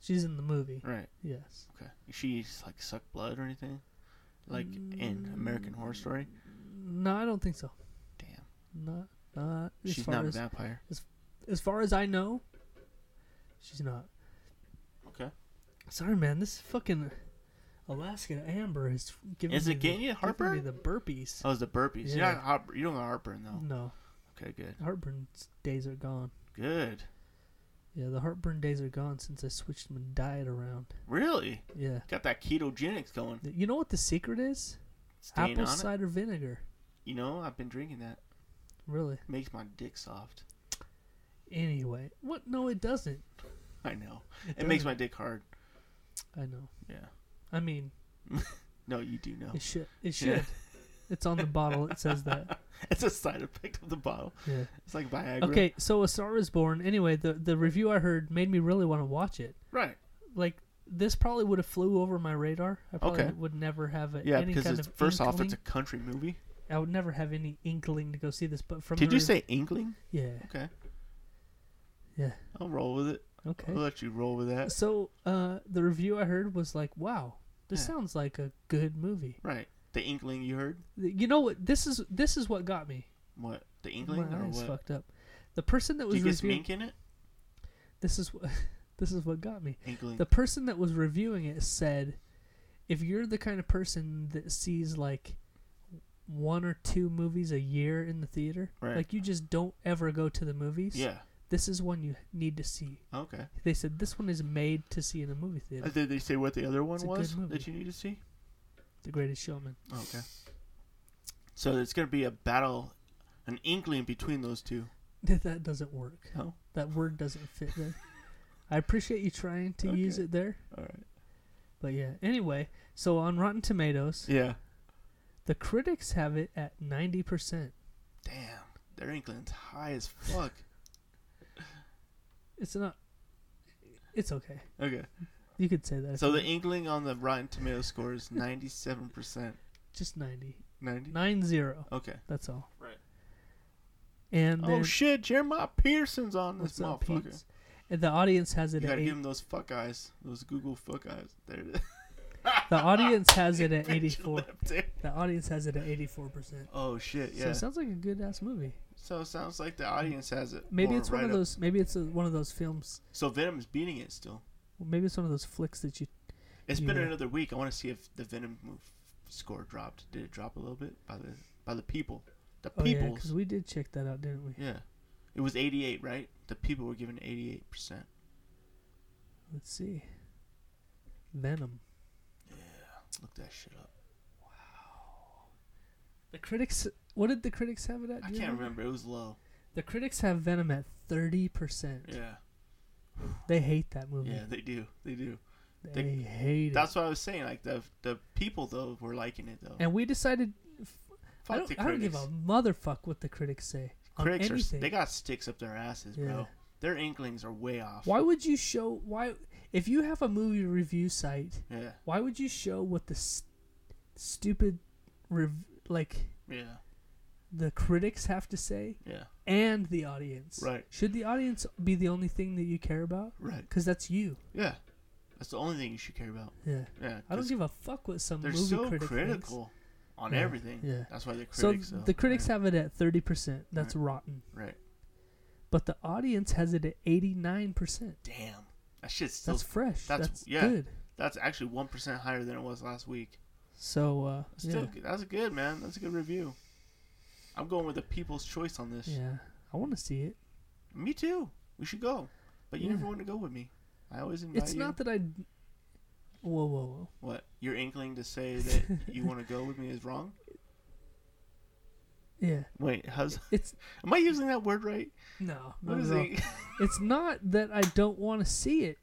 A: she's in the movie
B: right?
A: yes
B: Okay. Is she like suck blood or anything, like in American Horror Story?
A: no i don't think so
B: Damn,
A: not not as
B: she's
A: far
B: not a
A: as
B: vampire.
A: as far as i know she's not
B: Okay.
A: sorry man this fucking alaska amber is giving
B: Is
A: me
B: it
A: the-
B: getting you
A: giving me
B: heartburn?
A: the burpees
B: Oh, it's the burpees. You're
A: Yeah. Mm.
B: not heart- you don't have heartburn though.
A: no
B: Okay, good,
A: heartburn days are gone.
B: good.
A: Yeah, the heartburn days are gone since I switched my diet around.
B: Really
A: Yeah.
B: got that ketogenics going.
A: You know what the secret is?
B: Staying
A: Apple
B: on it.
A: cider vinegar.
B: You know, I've been drinking that.
A: Really.
B: Makes my dick soft.
A: Anyway, what? No, it doesn't.
B: I know. It, makes my dick hard.
A: I know.
B: Yeah.
A: I mean,
B: No, you do know.
A: it should. It should.
B: Oh. Yeah.
A: It's on the bottle. It says that.
B: It's a side effect of the bottle.
A: Yeah.
B: It's like Viagra.
A: Okay, so A Star Is Born. Anyway, the the review I heard made me really want to watch it.
B: Right.
A: Like this probably would have flew over my radar. I probably
B: Okay.
A: would never have a,
B: Yeah,
A: any
B: because
A: kind
B: it's
A: of
B: first off,
A: inkling.
B: it's a country movie.
A: I would never have any inkling to go see this. But from
B: Did
A: the
B: you
A: rev-
B: say inkling?
A: Yeah.
B: Okay.
A: Yeah.
B: I'll roll with it.
A: Okay.
B: I'll let you roll with that.
A: So uh, the review I heard was like, "Wow, this
B: Yeah.
A: sounds like a good movie."
B: Right. The inkling you heard?
A: Th- You know what? This is this is what got me.
B: What? The inkling
A: my
B: or
A: eyes
B: what?
A: fucked up. The person that
B: Do
A: was
B: you get
A: reviewing
B: mink in it?
A: this is what this is what got me.
B: Inkling.
A: The person that was reviewing it said, if you're the kind of person that sees like one or two movies a year in the theater,
B: Right.
A: like you just don't ever go to the movies,
B: yeah.
A: this is one you need to see.
B: Okay.
A: They said this one is made to see in a movie theater.
B: Uh, Did they say what the other one
A: It's a good
B: was
A: movie.
B: that you need to see? Oh,
A: the Greatest Showman.
B: Okay. So it's going to be a battle, an inkling between those two.
A: that doesn't work.
B: No?
A: That word doesn't fit there. I appreciate you trying to use
B: Okay.
A: it there,
B: All right.
A: but yeah. Anyway, so on Rotten Tomatoes,
B: Yeah.
A: the critics have it at ninety percent.
B: Damn. Their inkling's high as fuck.
A: It's not. It's okay.
B: Okay.
A: You could say that. if
B: So
A: you
B: the
A: want.
B: inkling on the Rotten Tomato score is 97%.
A: just 90.
B: 90?
A: Nine zero.
B: Okay.
A: That's all.
B: Right.
A: And then,
B: Oh shit, Jeremiah Pearson's on this
A: what's up,
B: motherfucker.
A: Pete's? And the audience has
B: You
A: it at
B: gotta
A: eight,
B: give him those fuck eyes, those Google fuck eyes. There it is.
A: the audience has it at
B: Bit your
A: 84.
B: lip, dude.
A: The audience has it at 84 percent.
B: Oh shit,
A: So
B: yeah.
A: it
B: So,
A: sounds like a good ass movie.
B: it sounds like the audience has it.
A: Maybe
B: more
A: it's one
B: right
A: of
B: up.
A: those. Maybe it's a, one of those films.
B: So Venom is beating it still.
A: Maybe it's one of those flicks that you.
B: It's been
A: Yeah.
B: another week. I want to see if the Venom move score dropped. Did it drop a little bit by the by the people? The
A: Oh yeah,
B: peoples.
A: because we did check that out, didn't we?
B: yeah, it was 88, right? The people were given 88 percent.
A: Let's see. Venom.
B: Look that shit up.
A: The critics. What did the critics have it at?
B: I
A: Do you
B: can't remember. It was low.
A: The critics have Venom at 30 percent.
B: Yeah,
A: They hate that movie.
B: yeah, they do. They do.
A: they,
B: they-
A: hate it.
B: That's what I was saying. Like the the people though were liking it though.
A: And we decided.
B: Fuck
A: I, don't,
B: the
A: I don't give a
B: critics.
A: motherfuck what the critics say on
B: Critics are
A: anything.
B: they got sticks up their asses,
A: Yeah.
B: bro. Their inklings are way off.
A: why would you show why if you have a movie review site?
B: Yeah,
A: Why would you show what the st- stupid, rev- like
B: yeah,
A: the critics have to say
B: yeah.
A: and the audience?
B: Right.
A: Should the audience be the only thing that you care about?
B: Right.
A: Because that's you.
B: Yeah, that's the only thing you should care about.
A: Yeah.
B: Yeah,
A: I don't
B: 'cause
A: give a fuck what some
B: They're
A: movie
B: so
A: critic thinks.
B: critical on
A: Yeah,
B: everything.
A: yeah.
B: That's why they're
A: So
B: critics.
A: the critics have it at thirty percent. That's
B: Right.
A: rotten.
B: have right.
A: But the audience has it at eighty nine percent.
B: Damn, that shit's still
A: That's
B: that's,
A: fresh. That's,
B: that's- yeah.
A: good.
B: actually one percent higher than it was last week.
A: So uh,
B: That's
A: yeah,
B: Still, good. that's good, man. That's a good review. I'm going with the people's choice on this.
A: yeah, I want to see it.
B: Me too. We should go, but you
A: Yeah.
B: never want to go with me. I always invite
A: It's
B: you.
A: not that I. Whoa, whoa, whoa!
B: What your inkling to say that you want to go with me is wrong?
A: Yeah,
B: Wait, how's
A: it's
B: am I using that word right?
A: no,
B: What
A: not
B: is
A: at all.
B: it?
A: It's not that I don't want to see it.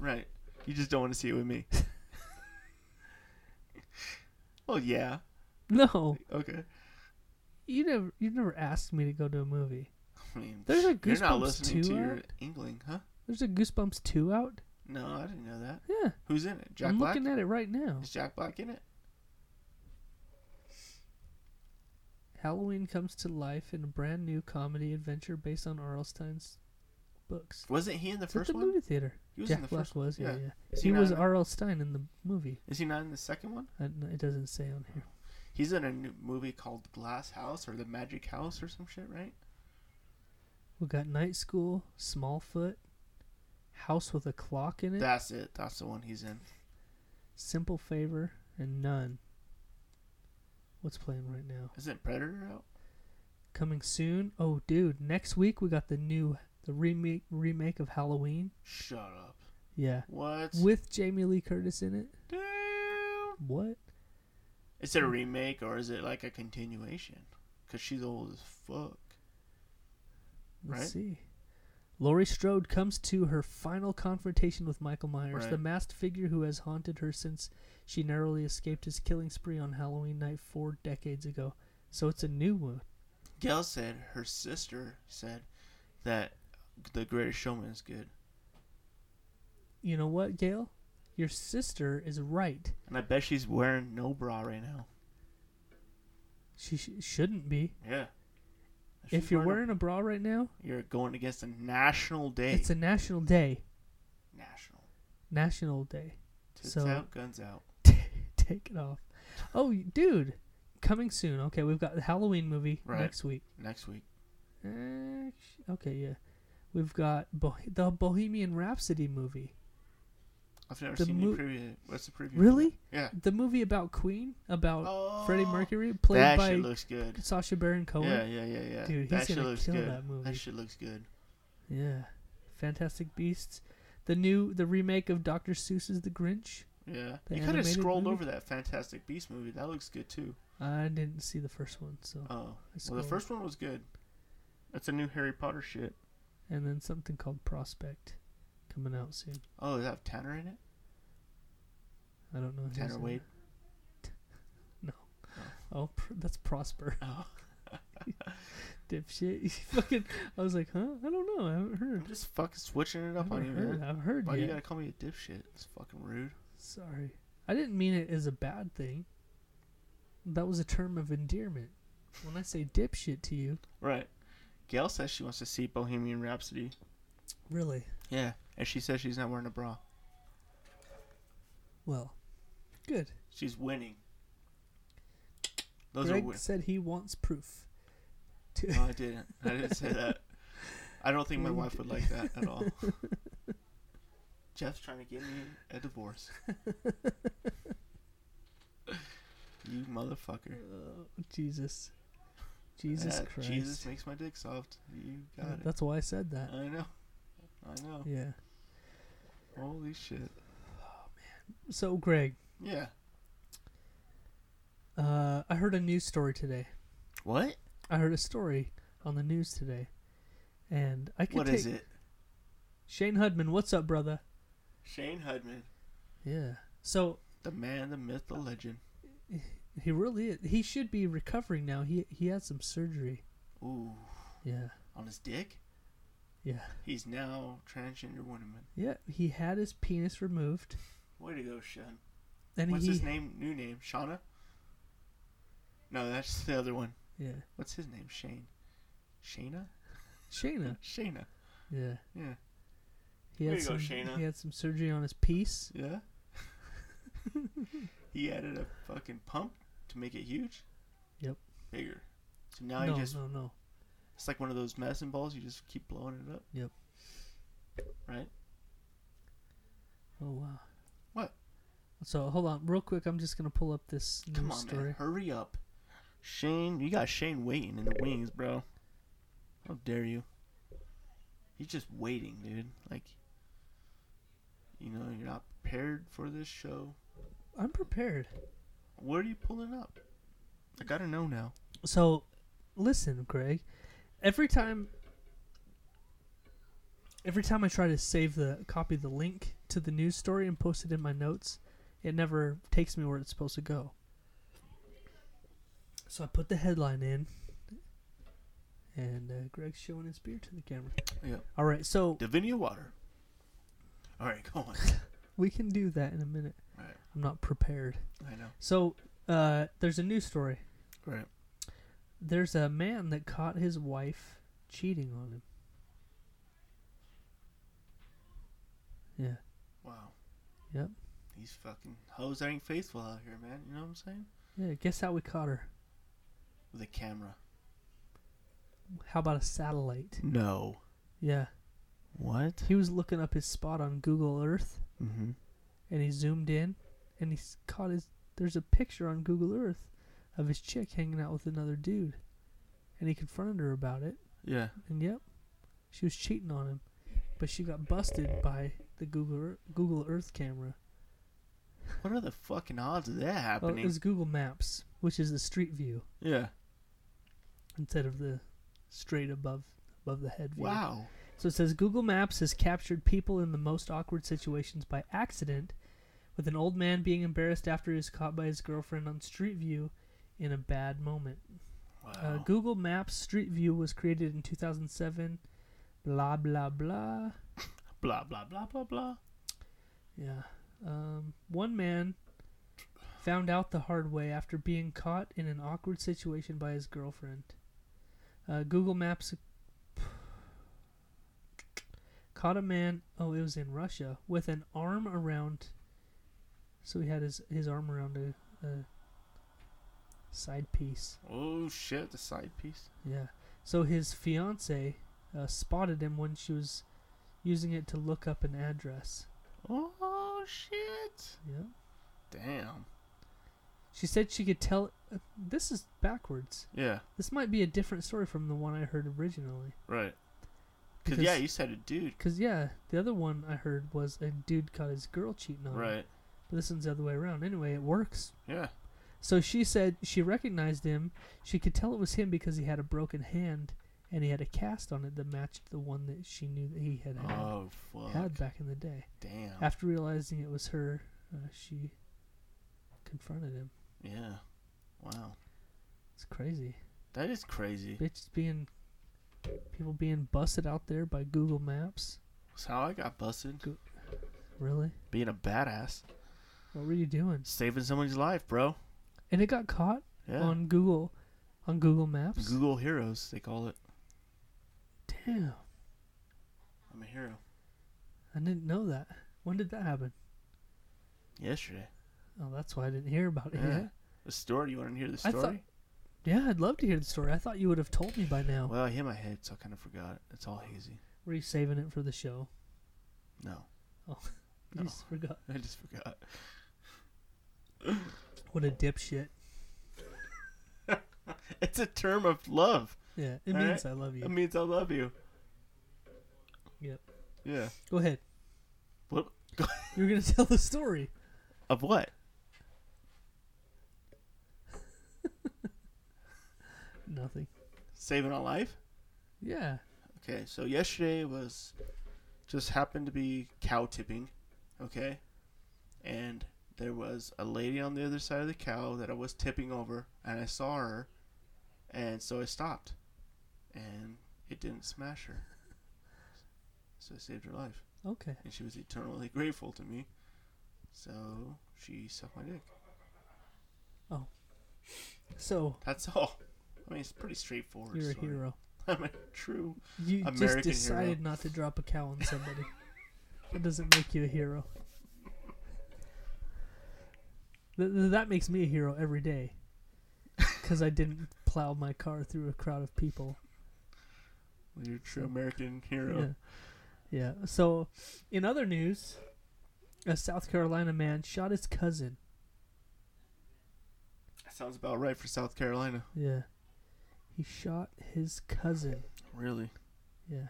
B: right, you just don't want to see it with me. well, yeah,
A: No,
B: okay.
A: you never, you never asked me to go to a movie.
B: I mean,
A: There's a
B: you're not
A: Goosebumps
B: listening
A: 2
B: to your
A: out?
B: inkling, huh?
A: There's a Goosebumps two out.
B: No, I didn't know that.
A: Yeah,
B: Who's in it? Jack
A: I'm
B: Black?
A: looking at it right now.
B: Is Jack Black in it?
A: Halloween comes to life in a brand new comedy adventure based on R.L. Stein's books.
B: Wasn't he in the
A: It's
B: first
A: at the
B: one?
A: movie theater.
B: He was in
A: Jack
B: the
A: Black
B: first one,
A: was, yeah,
B: yeah.
A: yeah.
B: Is
A: He
B: he not
A: was
B: in it?
A: R.L. Stein in the movie.
B: Is he not in the second one?
A: I don't know, It doesn't say on here.
B: He's in a new movie called Glass House or The Magic House or some shit, right?
A: We got Night School, Smallfoot, House with a Clock in It,
B: That's it. That's the one he's in.
A: Simple Favor, and None. What's playing right now?
B: Isn't Predator out?
A: Coming soon. Oh, dude! Next week we got the new, the remake remake of Halloween.
B: Shut up.
A: Yeah,
B: What?
A: with Jamie Lee Curtis in it.
B: Damn.
A: What?
B: Is it a remake or is it like a continuation? Because she's old as fuck.
A: Let's
B: Right.
A: see. Laurie Strode comes to her final confrontation with Michael Myers,
B: Right.
A: the masked figure who has haunted her since she narrowly escaped his killing spree on Halloween night four decades ago. So it's a new one.
B: Gail said her sister said that The Greatest Showman is good,
A: You know what, Gail? Your sister is right.
B: and I bet she's wearing no bra right now.
A: She sh- shouldn't be.
B: Yeah.
A: If
B: she's
A: you're wearing a bra right now,
B: a, you're going against a national day.
A: it's a national day.
B: national.
A: National day.
B: Tits
A: So-
B: out, guns out.
A: Take it off. Oh, y- dude, coming soon. Okay, we've got the Halloween movie
B: Right.
A: next week.
B: Next week.
A: Actu- Okay, yeah. We've got Bo- the Bohemian Rhapsody movie.
B: I've never
A: The
B: seen
A: mo-
B: you preview. What's the preview? for
A: Really?
B: that? Yeah.
A: The movie about Queen, about Freddie
B: Oh,
A: Mercury, played
B: that
A: by
B: shit looks good.
A: Sasha Baron Cohen.
B: Yeah, yeah, yeah, yeah.
A: Dude, he's
B: that shit
A: gonna
B: looks
A: kill
B: good.
A: that movie.
B: shit looks good.
A: Yeah. Fantastic Beasts. The new, the remake of Dr. Seuss's The Grinch.
B: Yeah.
A: The
B: you could have
A: animated
B: scrolled
A: movie?
B: over that Fantastic Beast movie. That looks good too.
A: I didn't see the first one, so.
B: Oh. Well,
A: scrolled.
B: the first one was good. That's a new Harry Potter shit.
A: And then something called Prospect coming out soon.
B: Oh, is that Tanner in it?
A: I don't know. who's
B: Tanner
A: in
B: Wade.
A: it. Oh, pr- that's Prosper.
B: Oh.
A: Dipshit. Fucking, I was like, huh? I don't know. I haven't heard.
B: I'm just fucking switching it up
A: I
B: on you,
A: haven't heard.
B: man.
A: I've heard
B: Why
A: yet.
B: you gotta call me a dipshit? It's fucking rude.
A: Sorry. I didn't mean it as a bad thing. That was a term of endearment. When I say dipshit to you,
B: Right. Gail says she wants to see Bohemian Rhapsody.
A: really,
B: Yeah. And she says she's not wearing a bra.
A: well, good.
B: She's winning. Those are
A: Greg
B: win-
A: said he wants proof. To
B: No, I didn't. I didn't say that. I don't think my
A: You
B: wife would like that at all. Jeff's trying to get me a divorce. you motherfucker.
A: Oh, Jesus. Jesus
B: Yeah,
A: Christ.
B: Jesus makes my dick soft. You
A: Yeah,
B: got it. Uh-huh.
A: That's why I said that.
B: I know. I know.
A: Yeah.
B: Holy shit.
A: So, Greg,
B: Yeah.
A: uh, I heard a news story today.
B: What?
A: I heard a story on the news today. And I could
B: What
A: take
B: is it?
A: Shane Hudman, what's up, brother?
B: Shane Hudman,
A: Yeah. So,
B: the man, the myth, the legend.
A: He really is. He should be recovering now. He he had some surgery.
B: Ooh,
A: Yeah.
B: on his dick.
A: Yeah.
B: He's now transgender woman.
A: Yeah. He had his penis removed.
B: Way to go, Sean.
A: And
B: What's
A: he,
B: his name? New name? Shauna? No, that's the other one.
A: Yeah.
B: What's his name? Shane. Shayna?
A: Shayna.
B: Shayna.
A: Yeah.
B: Yeah.
A: He
B: There
A: had
B: you
A: some,
B: go, Shayna.
A: He had some surgery on his piece.
B: Yeah. he added a fucking pump to make it huge.
A: Yep.
B: Bigger. So now
A: no,
B: he just
A: no, no.
B: it's like one of those medicine balls. You just keep blowing it up.
A: Yep.
B: Right.
A: Oh wow.
B: What?
A: So hold on, real quick. I'm just gonna pull up this news
B: Come on,
A: story.
B: man. Hurry up. Shane, you got Shane waiting in the wings, bro. How dare you? He's just waiting, dude. Like, you know, you're not prepared for this show.
A: I'm prepared.
B: What are you pulling up? I gotta know now.
A: So, listen, Greg. Every time, every time I try to save the copy the link to the news story and post it in my notes, it never takes me where it's supposed to go. So I put the headline in, and uh, Greg's showing his beer to the camera.
B: Yeah.
A: All right, so
B: Davinia water. All right, go on.
A: we can do that in a minute.
B: All right,
A: I'm not prepared.
B: I know.
A: So uh, there's a news story.
B: Right.
A: There's a man that caught his wife cheating on him. Yeah.
B: Wow.
A: Yep.
B: These fucking hoes ain't faithful out here, man. You know what I'm saying?
A: Yeah, guess how we caught her?
B: With a camera.
A: How about a satellite?
B: No.
A: Yeah.
B: What?
A: He was looking up his spot on Google Earth
B: Mm-hmm.
A: and he zoomed in and he s- caught his there's a picture on Google Earth of his chick hanging out with another dude. And he confronted her about it.
B: Yeah.
A: And yep, she was cheating on him, but she got busted by the Google Ear- Google Earth camera.
B: What are the fucking odds of that
A: Oh,
B: happening?
A: it was Google Maps, which is the street view
B: yeah.
A: instead of the straight above above the head view.
B: Wow.
A: So it says Google Maps has captured people in the most awkward situations by accident, with an old man being embarrassed after he was caught by his girlfriend on Street View in a bad moment. Uh, Google Maps Street View was created in 2007. Blah, blah, blah.
B: Blah blah blah blah blah.
A: Yeah. Um, one man found out the hard way after being caught in an awkward situation by his girlfriend. Uh, Google Maps caught a man. Oh, it was in Russia with an arm around. So he had his his arm around a, a side piece.
B: Oh shit, the side piece.
A: Yeah. So his fiance uh, spotted him when she was using it to look up an address.
B: Oh shit.
A: Yeah.
B: Damn.
A: She said she could tell. Uh, this is backwards.
B: Yeah.
A: This might be a different story from the one I heard originally.
B: Right. Cause,
A: Because-
B: yeah, you said a dude.
A: Because, yeah, the other one I heard was a dude caught his girl cheating on him.
B: Right.
A: But this one's the other way around. Anyway, it works.
B: Yeah.
A: So she said she recognized him. She could tell it was him because he had a broken hand and he had a cast on it that matched the one that she knew that he had had,
B: Oh fuck.
A: had back in the day.
B: Damn.
A: After realizing it was her, uh, she confronted him.
B: yeah. Wow.
A: It's crazy.
B: That is crazy.
A: bitches being people being busted out there by Google Maps.
B: That's how I got busted.
A: Really?
B: Being a badass.
A: What were you doing?
B: Saving someone's life, bro.
A: And it got caught
B: Yeah.
A: on Google on Google Maps.
B: Google Heroes, they call it.
A: Damn.
B: I'm a hero.
A: I didn't know that. When did that happen?
B: Yesterday.
A: Oh, that's why I didn't hear about it
B: Yeah.
A: yet.
B: The story, you want to hear the
A: I
B: story?
A: thought- Yeah, I'd love to hear the story. I thought you would have told me by now.
B: Well, I hit my head, so I kind of forgot. It's all hazy.
A: Were you saving it for the show?
B: No,
A: You
B: No.
A: just forgot.
B: I just forgot.
A: What a dipshit.
B: It's a term of love.
A: Yeah, it
B: All
A: means
B: right. Um,
A: I love you.
B: It means I love you.
A: Yep.
B: Yeah.
A: Go ahead.
B: What?
A: You were gonna tell the story.
B: Of what?
A: Nothing.
B: Saving a life?
A: Yeah.
B: Okay, so yesterday was just happened to be cow tipping, okay? And there was a lady on the other side of the cow that I was tipping over, and I saw her, and so I stopped, and it didn't smash her. So I saved her life,
A: Okay.
B: and she was eternally grateful to me. So she sucked my dick.
A: So
B: That's all. I mean, it's pretty straightforward.
A: you're a
B: story.
A: hero.
B: I'm a true.
A: You just
B: American
A: decided not to drop a cow on somebody. that doesn't make you a hero. Th- th- that makes me a hero every day. Because I didn't plow my car through a crowd of people.
B: You're a true American hero.
A: Yeah. yeah. So, in other news, a South Carolina man shot his cousin.
B: That sounds about right for South Carolina.
A: Yeah. He shot his cousin.
B: Really?
A: Yeah.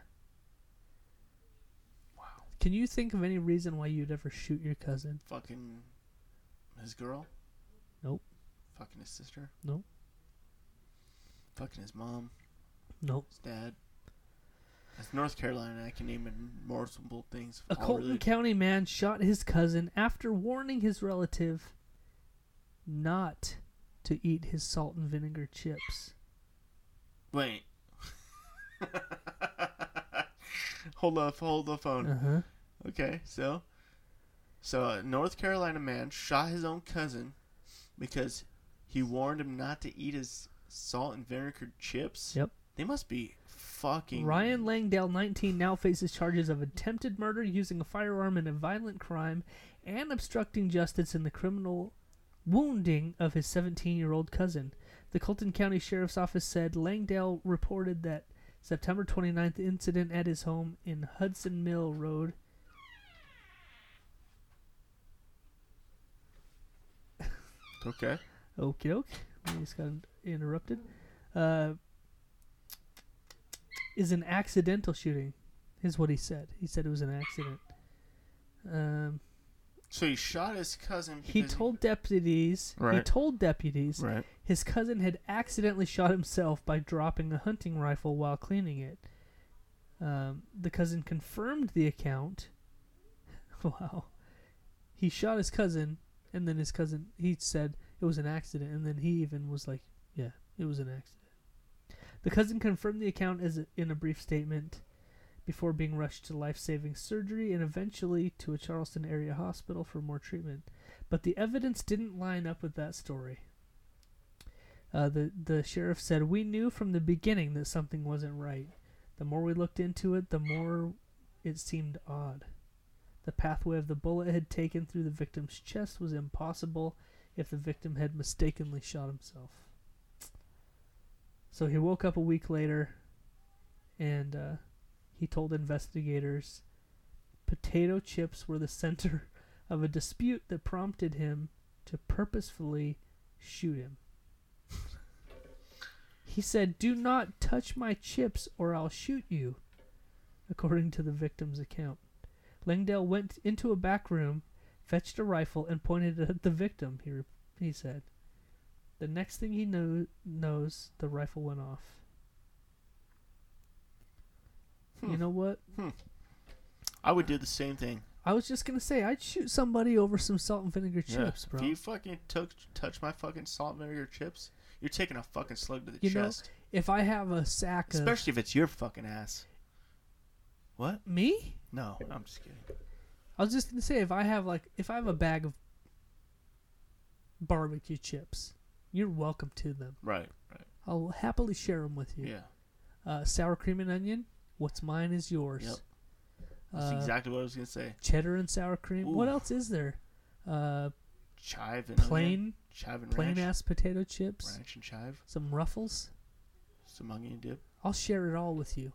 A: Wow. Can you think of any reason why you'd ever shoot your cousin?
B: Fucking his girl?
A: Nope.
B: Fucking his sister?
A: Nope.
B: Fucking his mom,
A: Nope.
B: his dad. That's North Carolina. I can name it multiple things.
A: A
B: all
A: Colton
B: related.
A: County man shot his cousin after warning his relative not to eat his salt and vinegar chips.
B: Wait. hold up, hold the phone.
A: Uh huh.
B: Okay, so so a North Carolina man shot his own cousin because he warned him not to eat his salt and vinegar chips.
A: Yep.
B: They must be fucking
A: Ryan Langdale, 19, now faces charges of attempted murder using a firearm in a violent crime and obstructing justice in the criminal wounding of his 17 year old cousin. The Colton County Sheriff's Office said Langdale reported that September 29th incident at his home in Hudson Mill Road.
B: Okay.
A: Okie doke. We just got interrupted. Uh, is an accidental shooting, is what he said. He said it was an accident. Um,
B: So he shot his cousin.
A: He
B: because
A: told deputies. He
B: Right.
A: told deputies
B: Right.
A: his cousin had accidentally shot himself by dropping a hunting rifle while cleaning it. Um, the cousin confirmed the account. Wow. He shot his cousin, and then his cousin he said it was an accident, and then he even was like, "Yeah, it was an accident." The cousin confirmed the account as a, in a brief statement before being rushed to life-saving surgery and eventually to a Charleston area hospital for more treatment. But the evidence didn't line up with that story. Uh, the the sheriff said we knew from the beginning that something wasn't right. The more we looked into it, the more it seemed odd. The pathway of the bullet had taken through the victim's chest was impossible if the victim had mistakenly shot himself. So he woke up a week later, and uh, he told investigators potato chips were the center of a dispute that prompted him to purposefully shoot him. He said, Do not touch my chips or I'll shoot you, according to the victim's account. Langdale went into a back room, fetched a rifle, and pointed it at the victim, he, re- he said. The next thing he knew, knows, the rifle went off. You know what?
B: I would do the same thing.
A: I was just gonna say I'd shoot somebody over some salt and vinegar chips,
B: If
A: bro.
B: you fucking took, touch my fucking salt and vinegar chips, you're taking a fucking slug to the
A: You know,
B: chest.
A: if I have a sack of
B: Especially if it's your fucking ass. What?
A: me,
B: No, I'm just kidding.
A: I was just gonna say if I have like if I have a bag of barbecue chips, you're welcome to them.
B: Right, right.
A: I'll happily share them with you.
B: Yeah.
A: Uh, sour cream and onion. What's mine is yours.
B: Yep. That's
A: Uh,
B: exactly what I was going to say.
A: Cheddar and sour cream. What
B: Ooh.
A: else is there? Uh,
B: Chive and onion,
A: plain
B: chive and
A: plain
B: ranch,
A: ass potato chips.
B: ranch and chive,
A: Some ruffles.
B: some onion dip.
A: I'll share it all with you.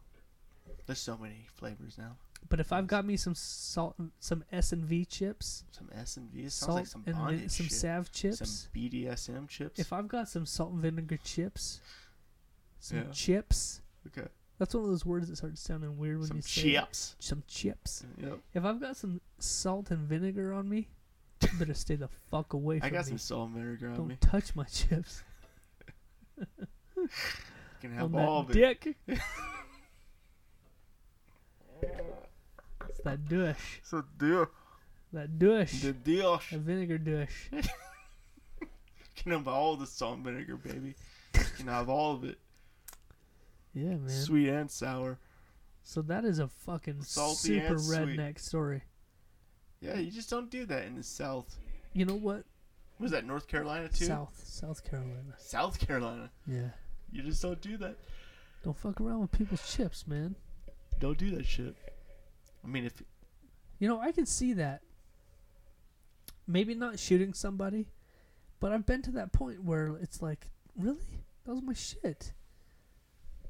B: There's so many flavors now.
A: But if I've got me some salt, some S and V chips,
B: Some S and V. It sounds
A: salt
B: like some
A: and vin-
B: bondage
A: some
B: shit.
A: Sav chips.
B: Some BDSM chips.
A: If I've got some salt and vinegar chips, some
B: Yeah.
A: chips.
B: okay.
A: That's one of those words that starts sounding weird when
B: Some
A: you say it.
B: chips.
A: some chips.
B: Yep.
A: If I've got some salt and vinegar on me, you better stay the fuck away from
B: I got
A: me.
B: some salt and vinegar on
A: Don't
B: me.
A: touch my chips.
B: You can
A: on
B: have
A: that
B: all of it.
A: dick. it's that douche.
B: It's a deal.
A: That douche.
B: The deal.
A: That vinegar douche.
B: You can have all the salt and vinegar, baby. You can have all of it.
A: Yeah, man.
B: Sweet and sour.
A: So that is a fucking
B: Salty
A: super
B: and sweet.
A: redneck story.
B: Yeah, you just don't do that in the South.
A: You know what?
B: Was that North Carolina too?
A: South, South Carolina.
B: South Carolina.
A: Yeah.
B: You just don't do that.
A: Don't fuck around with people's chips, man.
B: Don't do that shit. I mean, if
A: You know, I can see that. Maybe not shooting somebody, but I've been to that point where it's like, really? That was my shit.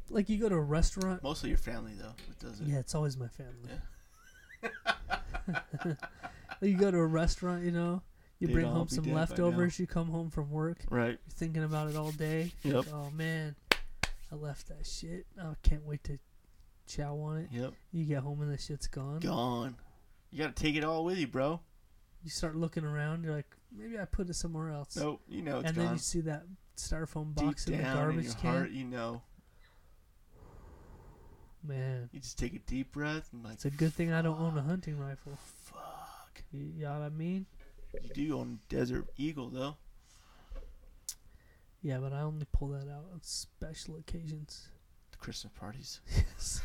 A: Like you go to a restaurant.
B: mostly your family though, it does it.
A: Yeah, it's always my family. you go to a restaurant, you know, you
B: They'd
A: bring
B: all
A: home
B: be
A: some
B: dead by now.
A: leftovers, you come home from work,
B: Right.
A: You're thinking about it all day.
B: Yep.
A: Oh man, I left that shit. I can't wait to chow on it.
B: Yep.
A: You get home and that shit's gone.
B: Gone. You gotta take it all with you, bro.
A: You start looking around. You're like, maybe I put it somewhere else.
B: Nope. You know it's
A: and then
B: gone.
A: you see that styrofoam
B: Deep
A: box in the
B: down in
A: garbage
B: your
A: can.
B: heart, you know.
A: Man,
B: You just take a deep breath and like "Oh,
A: it's a good thing I don't own a hunting rifle.
B: fuck.
A: You, you know what I mean?
B: You do own Desert Eagle though.
A: Yeah, but I only pull that out on special occasions.
B: The Christmas parties,
A: Yes.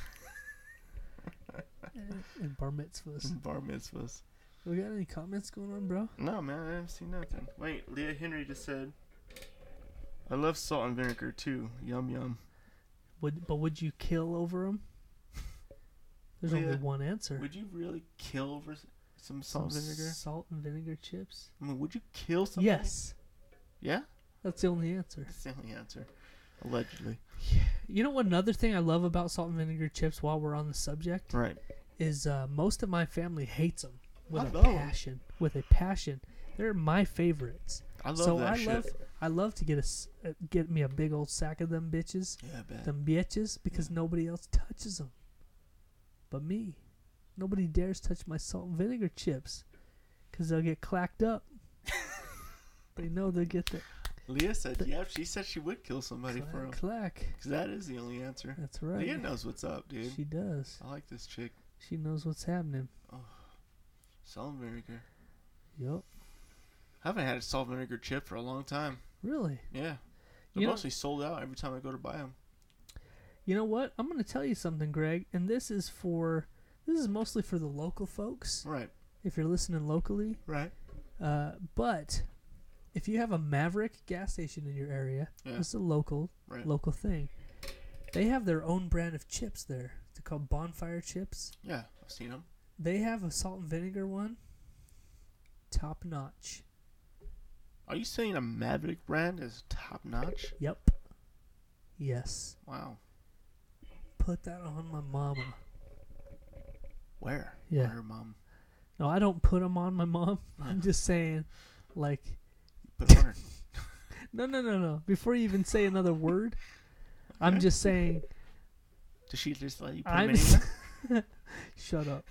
A: and, and bar mitzvahs.
B: and bar mitzvahs.
A: We got any comments going on, bro?
B: No, man, I haven't seen nothing. Wait, Leah Henry just said, "I love salt and vinegar too. Yum yum."
A: Would but would you kill over them? There's
B: Oh, Yeah.
A: only one answer.
B: Would you really kill over s-
A: Some
B: some salt and vinegar?
A: Salt and vinegar chips.
B: I mean, would you kill something?
A: Yes,
B: Yeah,
A: that's the only answer.
B: that's the only answer. Allegedly.
A: You know what? Another thing I love about salt and vinegar chips, while we're on the subject,
B: Right.
A: is uh, most of my family hates them with
B: I
A: a
B: love 'em.
A: passion. With a passion, they're my favorites.
B: I love
A: so
B: that
A: I
B: shit.
A: love I love to get a s- uh, get me a big old sack of them bitches,
B: yeah, I bet.
A: them bitches, because nobody else touches them, but me. Nobody dares touch my salt and vinegar chips, 'cause because they'll get clacked up. they know they'll get the
B: Leah said, "Yep." She said she would kill somebody for him
A: clack, clack.
B: because that is the only answer.
A: That's right.
B: Leah knows what's up, dude.
A: She does.
B: I like this chick,
A: She knows what's happening.
B: salt and vinegar.
A: Yup.
B: I haven't had a salt and vinegar chip for a long time.
A: Really.
B: Yeah, they're
A: You know-
B: mostly sold out every time I go to buy them.
A: You know what? I'm going to tell you something, Greg, and this is for this is mostly for the local folks
B: Right,
A: if you're listening locally.
B: right.
A: Uh, but if you have a Maverick gas station in your area,
B: Yeah.
A: it's a local
B: Right.
A: local thing. They have their own brand of chips there. They're called Bonfire chips.
B: Yeah, I've seen them.
A: They have a salt and vinegar one. Top notch.
B: Are you saying a Maverick brand is top notch?
A: Yep. Yes.
B: Wow.
A: Put that on my mama.
B: Where?
A: Yeah.
B: Where, mom?
A: No, I don't put them on my mom. I'm just saying, like,
B: Put it on her.
A: No, no, no, no. Before you even say another word, I'm just saying,
B: Does she just let you put 'em
A: I'm.
B: in anywhere?
A: shut up.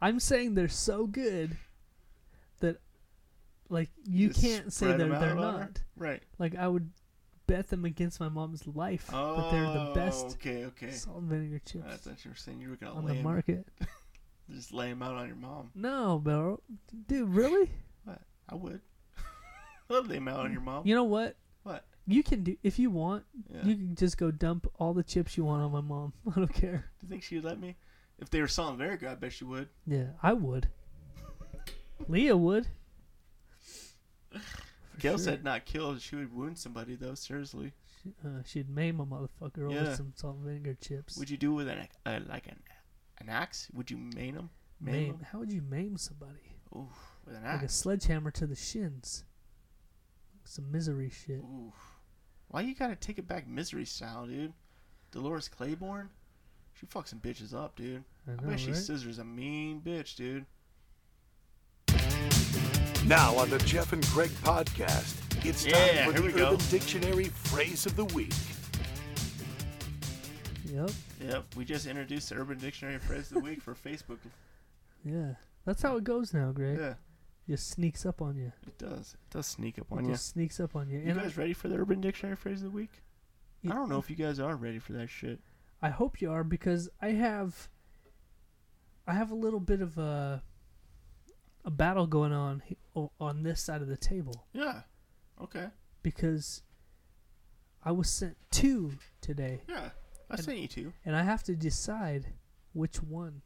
A: I'm saying they're so good that, like, you
B: Just
A: can't say
B: spread
A: they're,
B: 'em out
A: they're
B: on her?
A: not.
B: Right.
A: Like, I would bet them against my mom's life
B: Oh,
A: that they're the best
B: Okay, okay.
A: salt and vinegar
B: I
A: chips
B: thought you were saying you were gonna
A: on
B: lay
A: the
B: 'em-
A: market.
B: just lay them out on your mom.
A: No, bro. Dude, really?
B: What? I would. I'd lay 'em out on your mom.
A: You know what?
B: What?
A: You can do, if you want,
B: Yeah.
A: you can just go dump all the chips you want on my mom. I don't care.
B: Do you think she would let me? If they were selling very good, I bet she would.
A: Yeah, I would. Leah would. For
B: Gail
A: sure.
B: said not kill. She would wound somebody though. Seriously,
A: She- uh, she'd maim a motherfucker over
B: Yeah.
A: some salt and vinegar chips.
B: would you do with an uh, like an an axe? Would you maim Ah. them?
A: maim? How would you maim somebody?
B: Ooh, with an
A: Like a
B: axe.
A: sledgehammer to the shins. Some misery shit.
B: Ooh, why you gotta take it back misery style, dude? Dolores Claiborne, she fucks some bitches up, dude.
A: I know,
B: I bet she
A: right?
B: scissors a mean bitch, dude.
F: Now on the Jeff and Greg podcast, it's
B: Yeah,
F: time for
B: here
F: the
B: we
F: Urban
B: go.
F: Dictionary phrase of the week.
A: Yep.
B: Yep, we just introduced the Urban Dictionary phrase of the week for Facebook.
A: Yeah. That's how it goes now, Greg.
B: Yeah,
A: Just sneaks up on you.
B: it does. It does sneak up
A: It
B: on you.
A: just sneaks up on you.
B: You
A: And I-
B: guys ready for the Urban Dictionary phrase of the week? I don't know if you guys are ready for that shit.
A: I hope you are because I have I have a little bit of a a battle going on he- o- on this side of the table
B: Yeah. Okay.
A: because I was sent two today
B: Yeah. I sent you two.
A: and I have to decide which one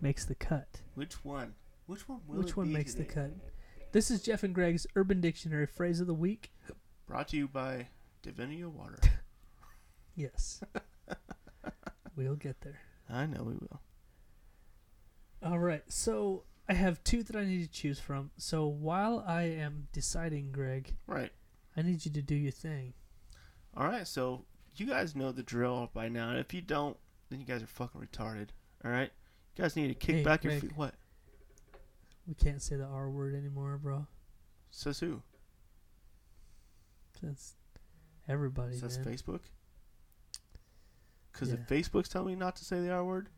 A: makes the cut.
B: Which one? Which one will
A: which
B: it
A: one
B: be
A: makes
B: today?
A: the cut? This is Jeff and Greg's Urban Dictionary phrase of the week.
B: Brought to you by Divinia Water.
A: Yes. we'll get there.
B: I know we will.
A: All right, so I have two that I need to choose from. So while I am deciding, Greg,
B: Right.
A: I need you to do your thing.
B: All right. So you guys know the drill by now. And if you don't, then you guys are fucking retarded. All right. You guys need to kick
A: Hey,
B: back your
A: Greg.
B: feet. What?
A: We can't say the R word anymore, bro.
B: Says who?
A: That's everybody,
B: Says
A: man.
B: Facebook. Because
A: Yeah.
B: if Facebook's telling me not to say the R word,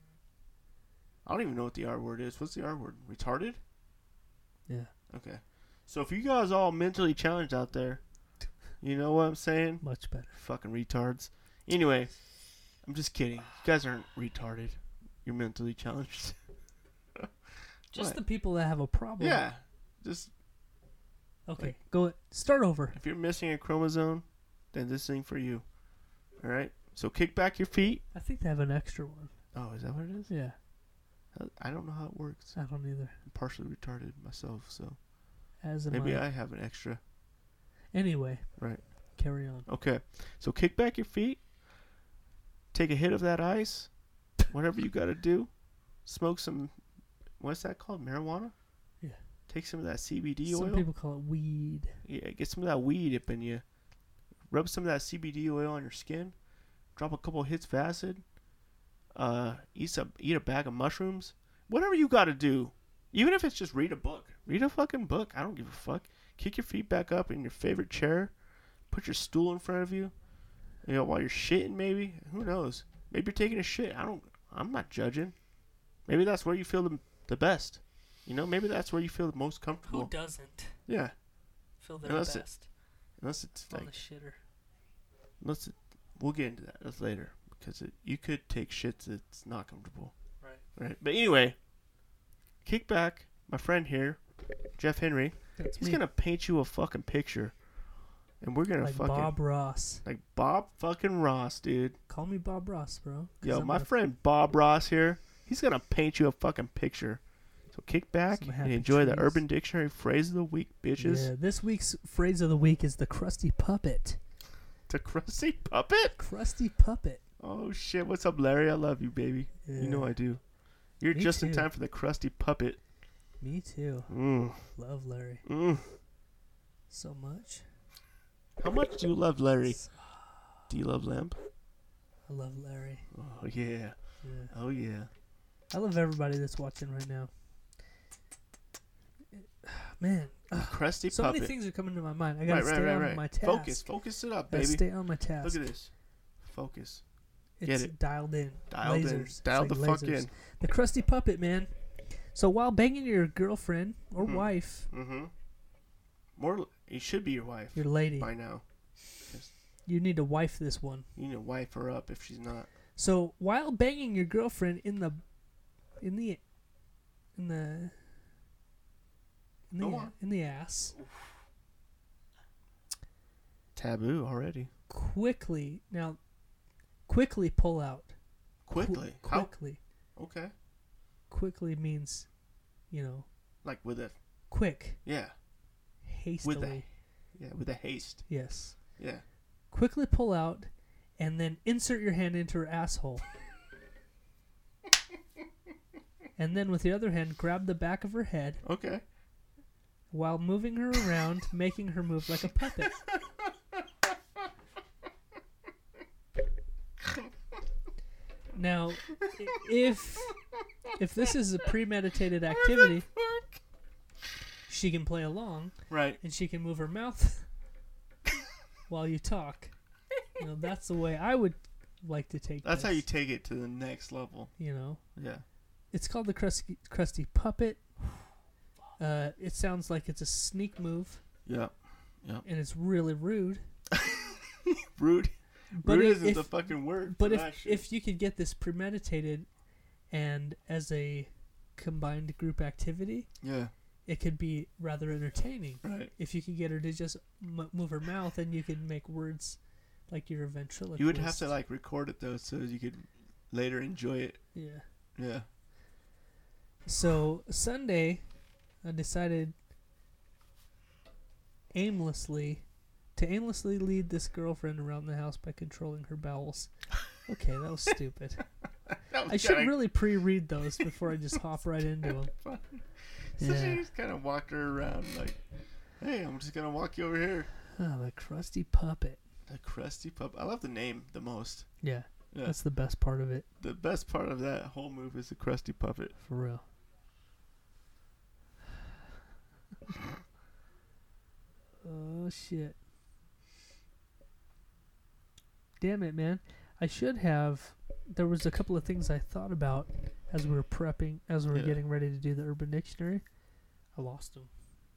B: I don't even know what the R word is. What's the R word? Retarded.
A: Yeah,
B: Okay. So if you guys all mentally challenged out there, you know what I'm saying?
A: much better.
B: Fucking retards. Anyway, I'm just kidding. You guys aren't retarded. You're mentally challenged.
A: Just
B: What?
A: the people that have a problem.
B: yeah. Just
A: Okay, go start over.
B: if you're missing a chromosome, then this thing for you. All right. So kick back your feet.
A: I think they have an extra one.
B: Oh, is that what it is?
A: Yeah,
B: I don't know how it works.
A: I don't either.
B: I'm partially retarded myself, so
A: As am
B: maybe
A: I.
B: I have an extra.
A: Anyway,
B: Right.
A: carry on.
B: Okay. So kick back your feet. Take a hit of that ice. Whatever you got to do. Smoke some. What's that called? Marijuana?
A: Yeah.
B: Take some of that CBD
A: Some
B: oil.
A: people call it weed.
B: Yeah, get some of that weed up in you. Rub some of that CBD oil on your skin. Drop a couple hits of acid. Uh, eat some, eat a bag of mushrooms. Whatever you got to do, even if it's just read a book. Read a fucking book. I don't give a fuck. Kick your feet back up in your favorite chair. Put your stool in front of you. You know, while you're shitting, maybe. Who knows? Maybe you're taking a shit. I don't. I'm not judging. Maybe that's where you feel the, the best. You know, maybe that's where you feel the most
A: Who
B: comfortable.
A: doesn't
B: yeah,
A: feel their
B: Unless it-
A: best
B: unless it's
A: on
B: like,
A: the shitter?
B: unless it, we'll get into that that's later because it, you could take shits that's not comfortable.
A: Right.
B: Right. But anyway, kick back. My friend here, Jeff Henry,
A: That's
B: he's
A: me.
B: gonna paint you a fucking picture, and we're gonna
A: like
B: fucking
A: Bob Ross.
B: like Bob fucking Ross, dude.
A: Call me Bob Ross, bro. 'cause
B: Yo,
A: I'm
B: my
A: gonna-
B: friend Bob Ross here, he's gonna paint you a fucking picture. So kick back
A: Some
B: and
A: happy
B: enjoy the
A: trees.
B: Urban Dictionary phrase of the week, bitches.
A: Yeah, this week's phrase of the week is the crusty puppet.
B: The crusty puppet.
A: Crusty puppet.
B: Oh shit! What's up, Larry? I love you, baby. You know
A: Yeah.
B: I do. You're
A: Me
B: just in
A: too.
B: time for the crusty puppet.
A: Me too.
B: Mm.
A: Love Larry
B: Mm.
A: so much.
B: How much do you love Larry? Do you love Lamp?
A: I love Larry.
B: Oh yeah.
A: Yeah.
B: Oh yeah.
A: I love everybody that's watching right now. Man,
B: The crusty
A: so
B: puppet.
A: many things are coming to my mind. I gotta
B: right, right,
A: stay
B: right,
A: on
B: right.
A: my task.
B: Focus, focus it up,
A: Gotta
B: baby.
A: stay on my task.
B: Look at this. Focus. Get
A: It's
B: it.
A: dialed in.
B: Dialed
A: lasers.
B: in.
A: It's
B: Dialed
A: like
B: the fuck
A: lasers.
B: in.
A: The crusty puppet, man. So while banging your girlfriend or wife,
B: Mm-hmm. More. It should be your wife
A: your lady,
B: by now.
A: you need to wife this one.
B: You need to wife her up if she's not.
A: So while banging your girlfriend in the, in the, in the, in
B: Go
A: the,
B: on.
A: in the ass,
B: Taboo already.
A: quickly now, quickly pull out. Qu-
B: Quickly. How?
A: quickly,
B: Okay.
A: quickly means, you know,
B: Like with a
A: quick,
B: yeah,
A: hastily.
B: with a yeah, with a haste.
A: Yes.
B: Yeah.
A: Quickly pull out, and then insert your hand into her asshole. and then with the other hand, grab the back of her head
B: Okay.
A: while moving her around, making her move like a puppet. Now, i- if if this is a premeditated activity, she can play along
B: Right.
A: and she can move her mouth while you talk. You know, that's the way I would like to take.
B: That's how
A: this,
B: you take it to the next level.
A: you know,
B: Yeah.
A: it's called the crusty, crusty puppet. Uh, it sounds like it's a sneak move,
B: Yeah.
A: and it's really rude.
B: Rude.
A: But
B: Rude
A: if,
B: isn't the
A: if-
B: fucking word.
A: but
B: for
A: if
B: that shit.
A: if you could get this premeditated, and as a combined group activity,
B: yeah.
A: it could be rather entertaining.
B: Right.
A: If you could get her to just m- move her mouth, and you could make words like your ventriloquist.
B: You would have to like record it though, so you could later enjoy it.
A: yeah.
B: Yeah.
A: So Sunday, I decided aimlessly to aimlessly lead this girlfriend around the house by controlling her bowels. Okay, that was stupid.
B: That was
A: I should
B: kinda-
A: really pre-read those before I just hop right into them.
B: So she
A: Yeah.
B: just kind of walked her around like, "Hey, I'm just gonna walk you over here."
A: Oh, the crusty puppet.
B: The crusty pup. I love the name the most.
A: Yeah,
B: Yeah.
A: that's the best part of it
B: The best part of that whole move is the crusty puppet.
A: for real. oh shit! Damn it, man! I should have. There was a couple of things I thought about as we were prepping, as we were
B: Yeah.
A: getting ready to do the Urban Dictionary. I lost them.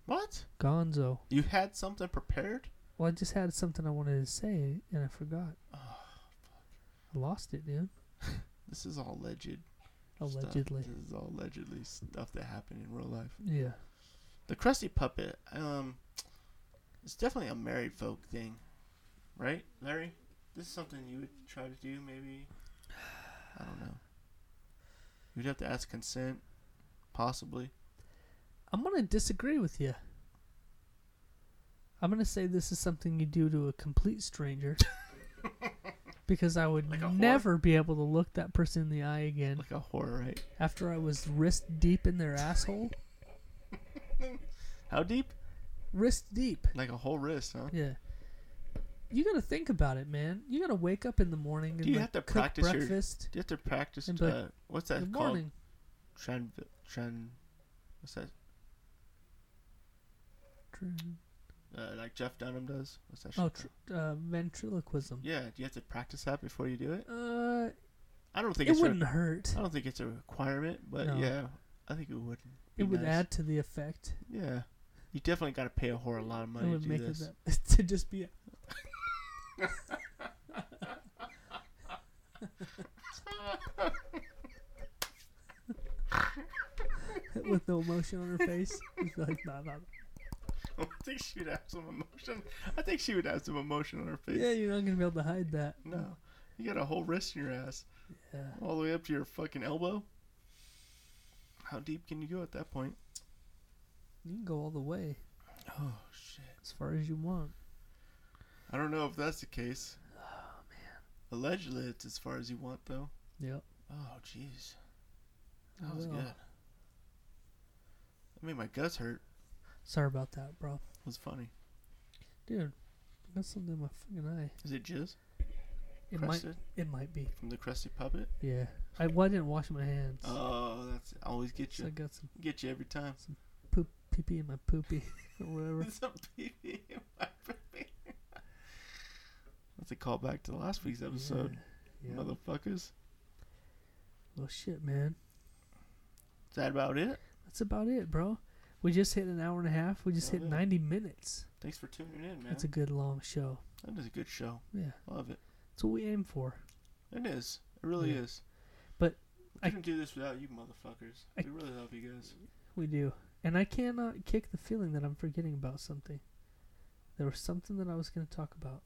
B: What?
A: Gonzo.
B: You had something prepared?
A: Well, I just had something I wanted to say and I forgot. I lost it, dude.
B: This is all alleged. stuff.
A: Allegedly.
B: This is all allegedly stuff that happened in real life.
A: Yeah.
B: The crusty puppet. Um, it's definitely a married folk thing, right, Larry? This is something you would try to do, maybe. I don't know. You'd have to ask consent, possibly.
A: I'm going to disagree with you. I'm going to say this is something you do to a complete stranger. because I would
B: Like a whore?
A: never be able to look that person in the eye again
B: Like a horror, right?
A: after I was wrist deep in their asshole.
B: How deep?
A: wrist deep.
B: Like a whole wrist, huh?
A: Yeah. You got to think about it, man. You got to wake up in the morning and
B: Do you
A: like,
B: have to
A: cook
B: practice your-
A: breakfast.
B: Do you have to practice?
A: And, but,
B: Uh, what's
A: in
B: that
A: the
B: called?
A: morning.
B: Tran, tran, what's that? Uh, like Jeff Dunham does. What's that?
A: Oh,
B: shit
A: tr-
B: called?
A: uh, ventriloquism.
B: yeah. Do you have to practice that before you do it?
A: Uh,
B: I don't think
A: it
B: it's. a-
A: wouldn't hurt.
B: I don't think it's a requirement, but
A: No.
B: yeah, I think it would.
A: it
B: be
A: would
B: nice.
A: add to the effect.
B: Yeah. You definitely got to pay a whore a lot of
A: it
B: money to
A: would
B: do
A: make
B: this.
A: it that, to just be. A, With no emotion on her face, Just be like nah, nah. nah."
B: I think she'd have some emotion. I think she would have some emotion on her face.
A: Yeah, you're not gonna be able to hide that.
B: No. You got a whole wrist in your ass.
A: Yeah.
B: All the way up to your fucking elbow. How deep can you go at that point?
A: You can go all the way
B: Oh, shit.
A: as far as you want.
B: I don't know if that's the case. Oh, man. Allegedly, it's as far as you want, though.
A: Yep.
B: Oh, jeez. That was
A: Well.
B: good. That made my guts hurt.
A: Sorry about that, bro.
B: It was funny.
A: Dude, I got something in my fucking eye.
B: Is it jizz
A: It
B: Crusted?
A: might. It might be.
B: from the crusty puppet?
A: Yeah. I well, I didn't wash my hands.
B: Oh, that's always get
A: so I
B: you.
A: got some
B: Get you every time.
A: poop pee pee in my poopy or whatever.
B: It's a pee-pee in my pee-pee. That's a callback to last week's episode,
A: Yeah.
B: motherfuckers.
A: Well, shit, man.
B: Is that about it?
A: That's about it, bro. We just hit an hour and a half. We just hit
B: Yeah.
A: 90 minutes.
B: Thanks for tuning in, man.
A: That's a good long show.
B: That is a good show.
A: Yeah.
B: Love it.
A: That's what we aim for.
B: It is. It really
A: Yeah.
B: is.
A: But I-
B: I couldn't do this without you, motherfuckers.
A: I-
B: we really love you guys.
A: We do. And I cannot kick the feeling that I'm forgetting about something. There was something that I was going to talk about.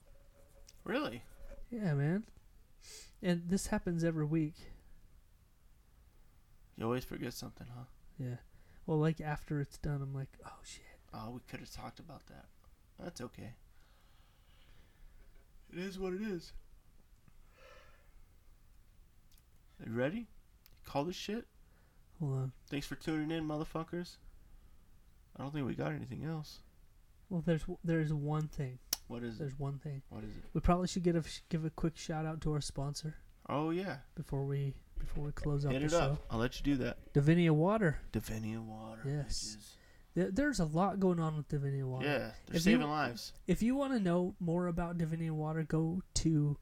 B: Really?
A: Yeah, man. And this happens every week.
B: You always forget something, huh?
A: Yeah. Well, like after it's done, I'm like, oh shit.
B: Oh, we could have talked about that. That's okay. It is what it is. You ready? Call this shit?
A: Hold on.
B: Thanks for tuning in, motherfuckers. I don't think we got anything else.
A: Well, there's there's one thing.
B: What is it?
A: There's one thing.
B: What is it?
A: We probably should give a, give a quick shout out to our sponsor
B: Oh yeah,
A: before we before we close out
B: hit
A: the
B: it
A: show.
B: up. I'll let you do that.
A: Davinia Water.
B: Divinia Water.
A: Yes.
B: bitches.
A: There- There's a lot going on with Divinia Water.
B: Yeah, they're
A: If you-
B: saving lives.
A: If you want to know more about Divinia Water, go to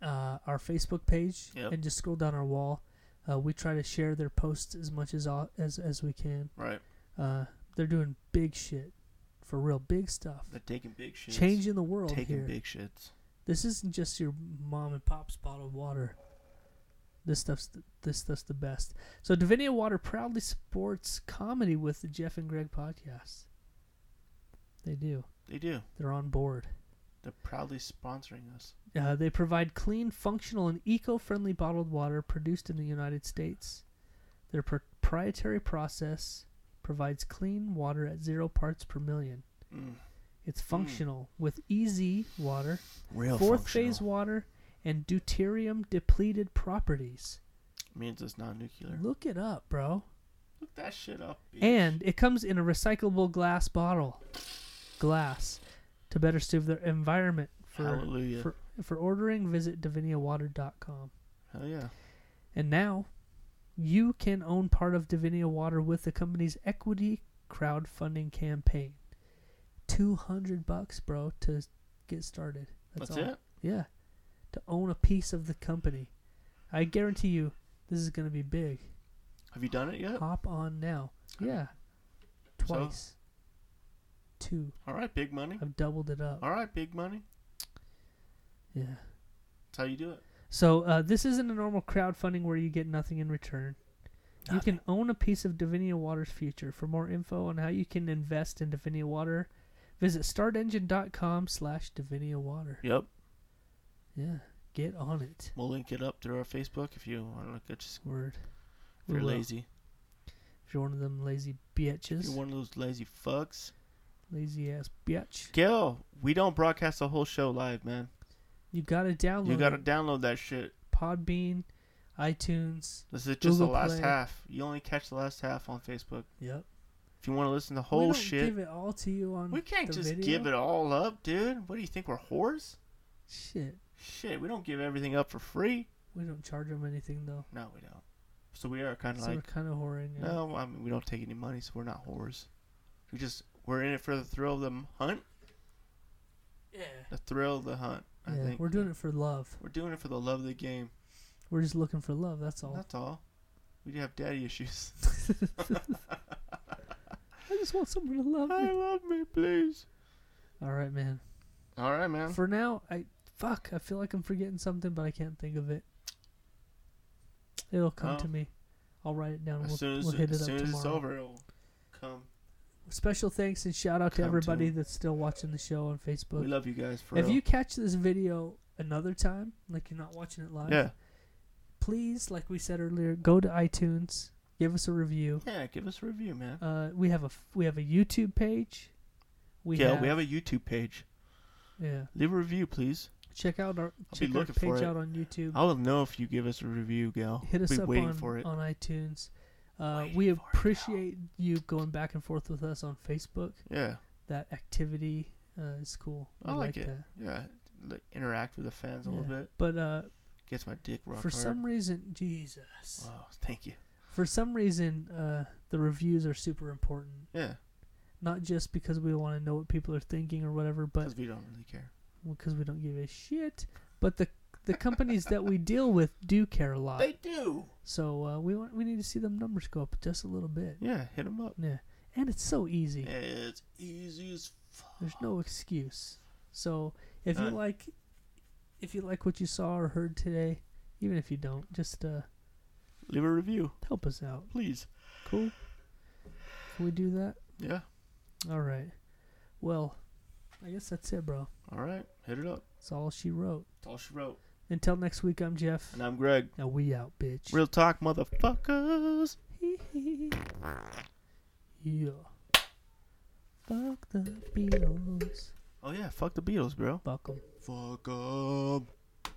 A: uh, our Facebook page
B: Yep.
A: and just scroll down our wall. Uh, we try to share their posts as much as all, as as we can.
B: Right.
A: Uh, they're doing big shit, for real, big stuff,
B: They're taking big shits.
A: changing the world
B: Taking
A: here.
B: big shits.
A: This isn't just your mom and pop's bottled water. This stuff's th- this stuff's the best. So Divinia Water proudly supports comedy with the Jeff and Greg podcast. They do.
B: They do.
A: They're on board.
B: They're proudly sponsoring us.
A: Uh, they provide clean, functional, and eco-friendly bottled water produced in the United States. Their proprietary process provides clean water at zero parts per million. It's functional with easy water
B: Real
A: fourth
B: functional.
A: phase water and deuterium depleted properties.
B: means it's not nuclear.
A: Look it up, bro.
B: Look that shit up. bitch.
A: And it comes in a recyclable glass bottle. Glass to better serve the environment. For,
B: Hallelujah.
A: For, for ordering, visit diviniawater.com.
B: hell yeah,
A: And now, you can own part of Divinia Water with the company's equity crowdfunding campaign. 200 bucks, bro, to get started.
B: that's,
A: all.
B: it.
A: Yeah. To own a piece of the company. I guarantee you this is going to be big.
B: Have you done it yet?
A: Hop on now. Uh, Yeah. Twice. Two.
B: All right, big money.
A: I've doubled it up.
B: All right, big money.
A: Yeah.
B: That's how you do it.
A: So uh, this isn't a normal crowdfunding where you get nothing in return. You can own a piece of Divinia Water's future. For more info on how you can invest in Divinia Water, visit startengine.com slash Divinia Water.
B: Yep.
A: Yeah. Get on it.
B: We'll link it up through our Facebook if you want to look at just
A: Word.
B: if
A: We
B: you're
A: will.
B: lazy.
A: If you're one of them lazy
B: If
A: bitches.
B: you're one of those lazy fucks.
A: Lazy ass bitch.
B: Gil, we don't broadcast the whole show live, man.
A: You gotta download
B: You gotta
A: it.
B: download that shit.
A: Podbean, iTunes.
B: This is just the
A: Google
B: last
A: Play.
B: half. You only catch the last half on Facebook.
A: Yep.
B: If you want to listen to the
A: we
B: whole
A: don't
B: shit,
A: give it all to you on.
B: we can't
A: the
B: just
A: video.
B: give it all up, dude. What do you think we're whores?
A: Shit,
B: Shit, we don't give everything up for free.
A: we don't charge them anything though,
B: No, we don't. So we are kind of
A: so we're
B: like
A: kind of whoring. it.
B: No, I mean we don't take any money, so we're not whores. We just we're in it for the thrill of the m- hunt,
A: Yeah.
B: the thrill of the hunt. I
A: yeah.
B: think
A: We're doing it for love.
B: We're doing it for the love of the game.
A: Oh. We're just looking for love. That's all.
B: That's all. We do have daddy issues.
A: I just want someone to love me.
B: love me, please.
A: All right, man.
B: All right, man.
A: For now, I fuck. I feel like I'm forgetting something, but I can't think of it. It'll come
B: Oh.
A: to me. I'll write it down. and
B: as
A: We'll,
B: soon as,
A: we'll hit
B: as
A: it
B: soon
A: up
B: as
A: tomorrow.
B: it's over, it'll come.
A: Special thanks and shout out to
B: Come to
A: everybody
B: me.
A: that's still watching the show on Facebook.
B: we love you guys for
A: if
B: real.
A: you catch this video another time, like you're not watching it live,
B: yeah,
A: please, like we said earlier, go to iTunes, give us a review.
B: yeah, give us a review, man.
A: Uh, we have a f- we have a YouTube page. We
B: yeah,
A: have,
B: we have a YouTube page.
A: yeah.
B: Leave a review, please.
A: Check out our
B: I'll be
A: check our
B: looking for
A: page
B: it.
A: out on YouTube.
B: I will know if you give us a review, gal.
A: Hit us
B: be
A: up
B: waiting
A: on,
B: for it.
A: on iTunes. Uh, we appreciate you going back and forth with us on Facebook.
B: yeah,
A: That activity uh, is cool.
B: I
A: We
B: like, it.
A: that.
B: Yeah, like, interact with the fans a
A: Yeah.
B: little bit.
A: But uh,
B: Gets my dick rocked
A: for
B: hard.
A: some reason, Jesus.
B: Wow, thank you.
A: For some reason, uh, the reviews are super important.
B: Yeah,
A: Not just because we want to know what people are thinking or whatever, but
B: because we don't really care.
A: because we don't give a shit. But the the companies that we deal with do care a lot.
B: do.
A: So uh, we want we need to see them numbers go up just a little bit.
B: Yeah, hit them up.
A: Yeah, and it's so easy.
B: It's easy as fuck.
A: There's no excuse. So if you
B: None.
A: like, if you like what you saw or heard today, even if you don't, just uh,
B: Leave a review,
A: help us out.
B: please.
A: Cool. Can we do that?
B: Yeah.
A: All right. Well, I guess that's it, bro.
B: All right. Hit it up.
A: That's all she wrote.
B: That's all she wrote.
A: Until next week, I'm Jeff.
B: And I'm Greg.
A: Now we out, bitch.
B: Real talk, motherfuckers.
A: yeah. Fuck the Beatles.
B: Oh yeah, fuck the Beatles, bro.
A: Fuck 'em.
B: Fuck 'em.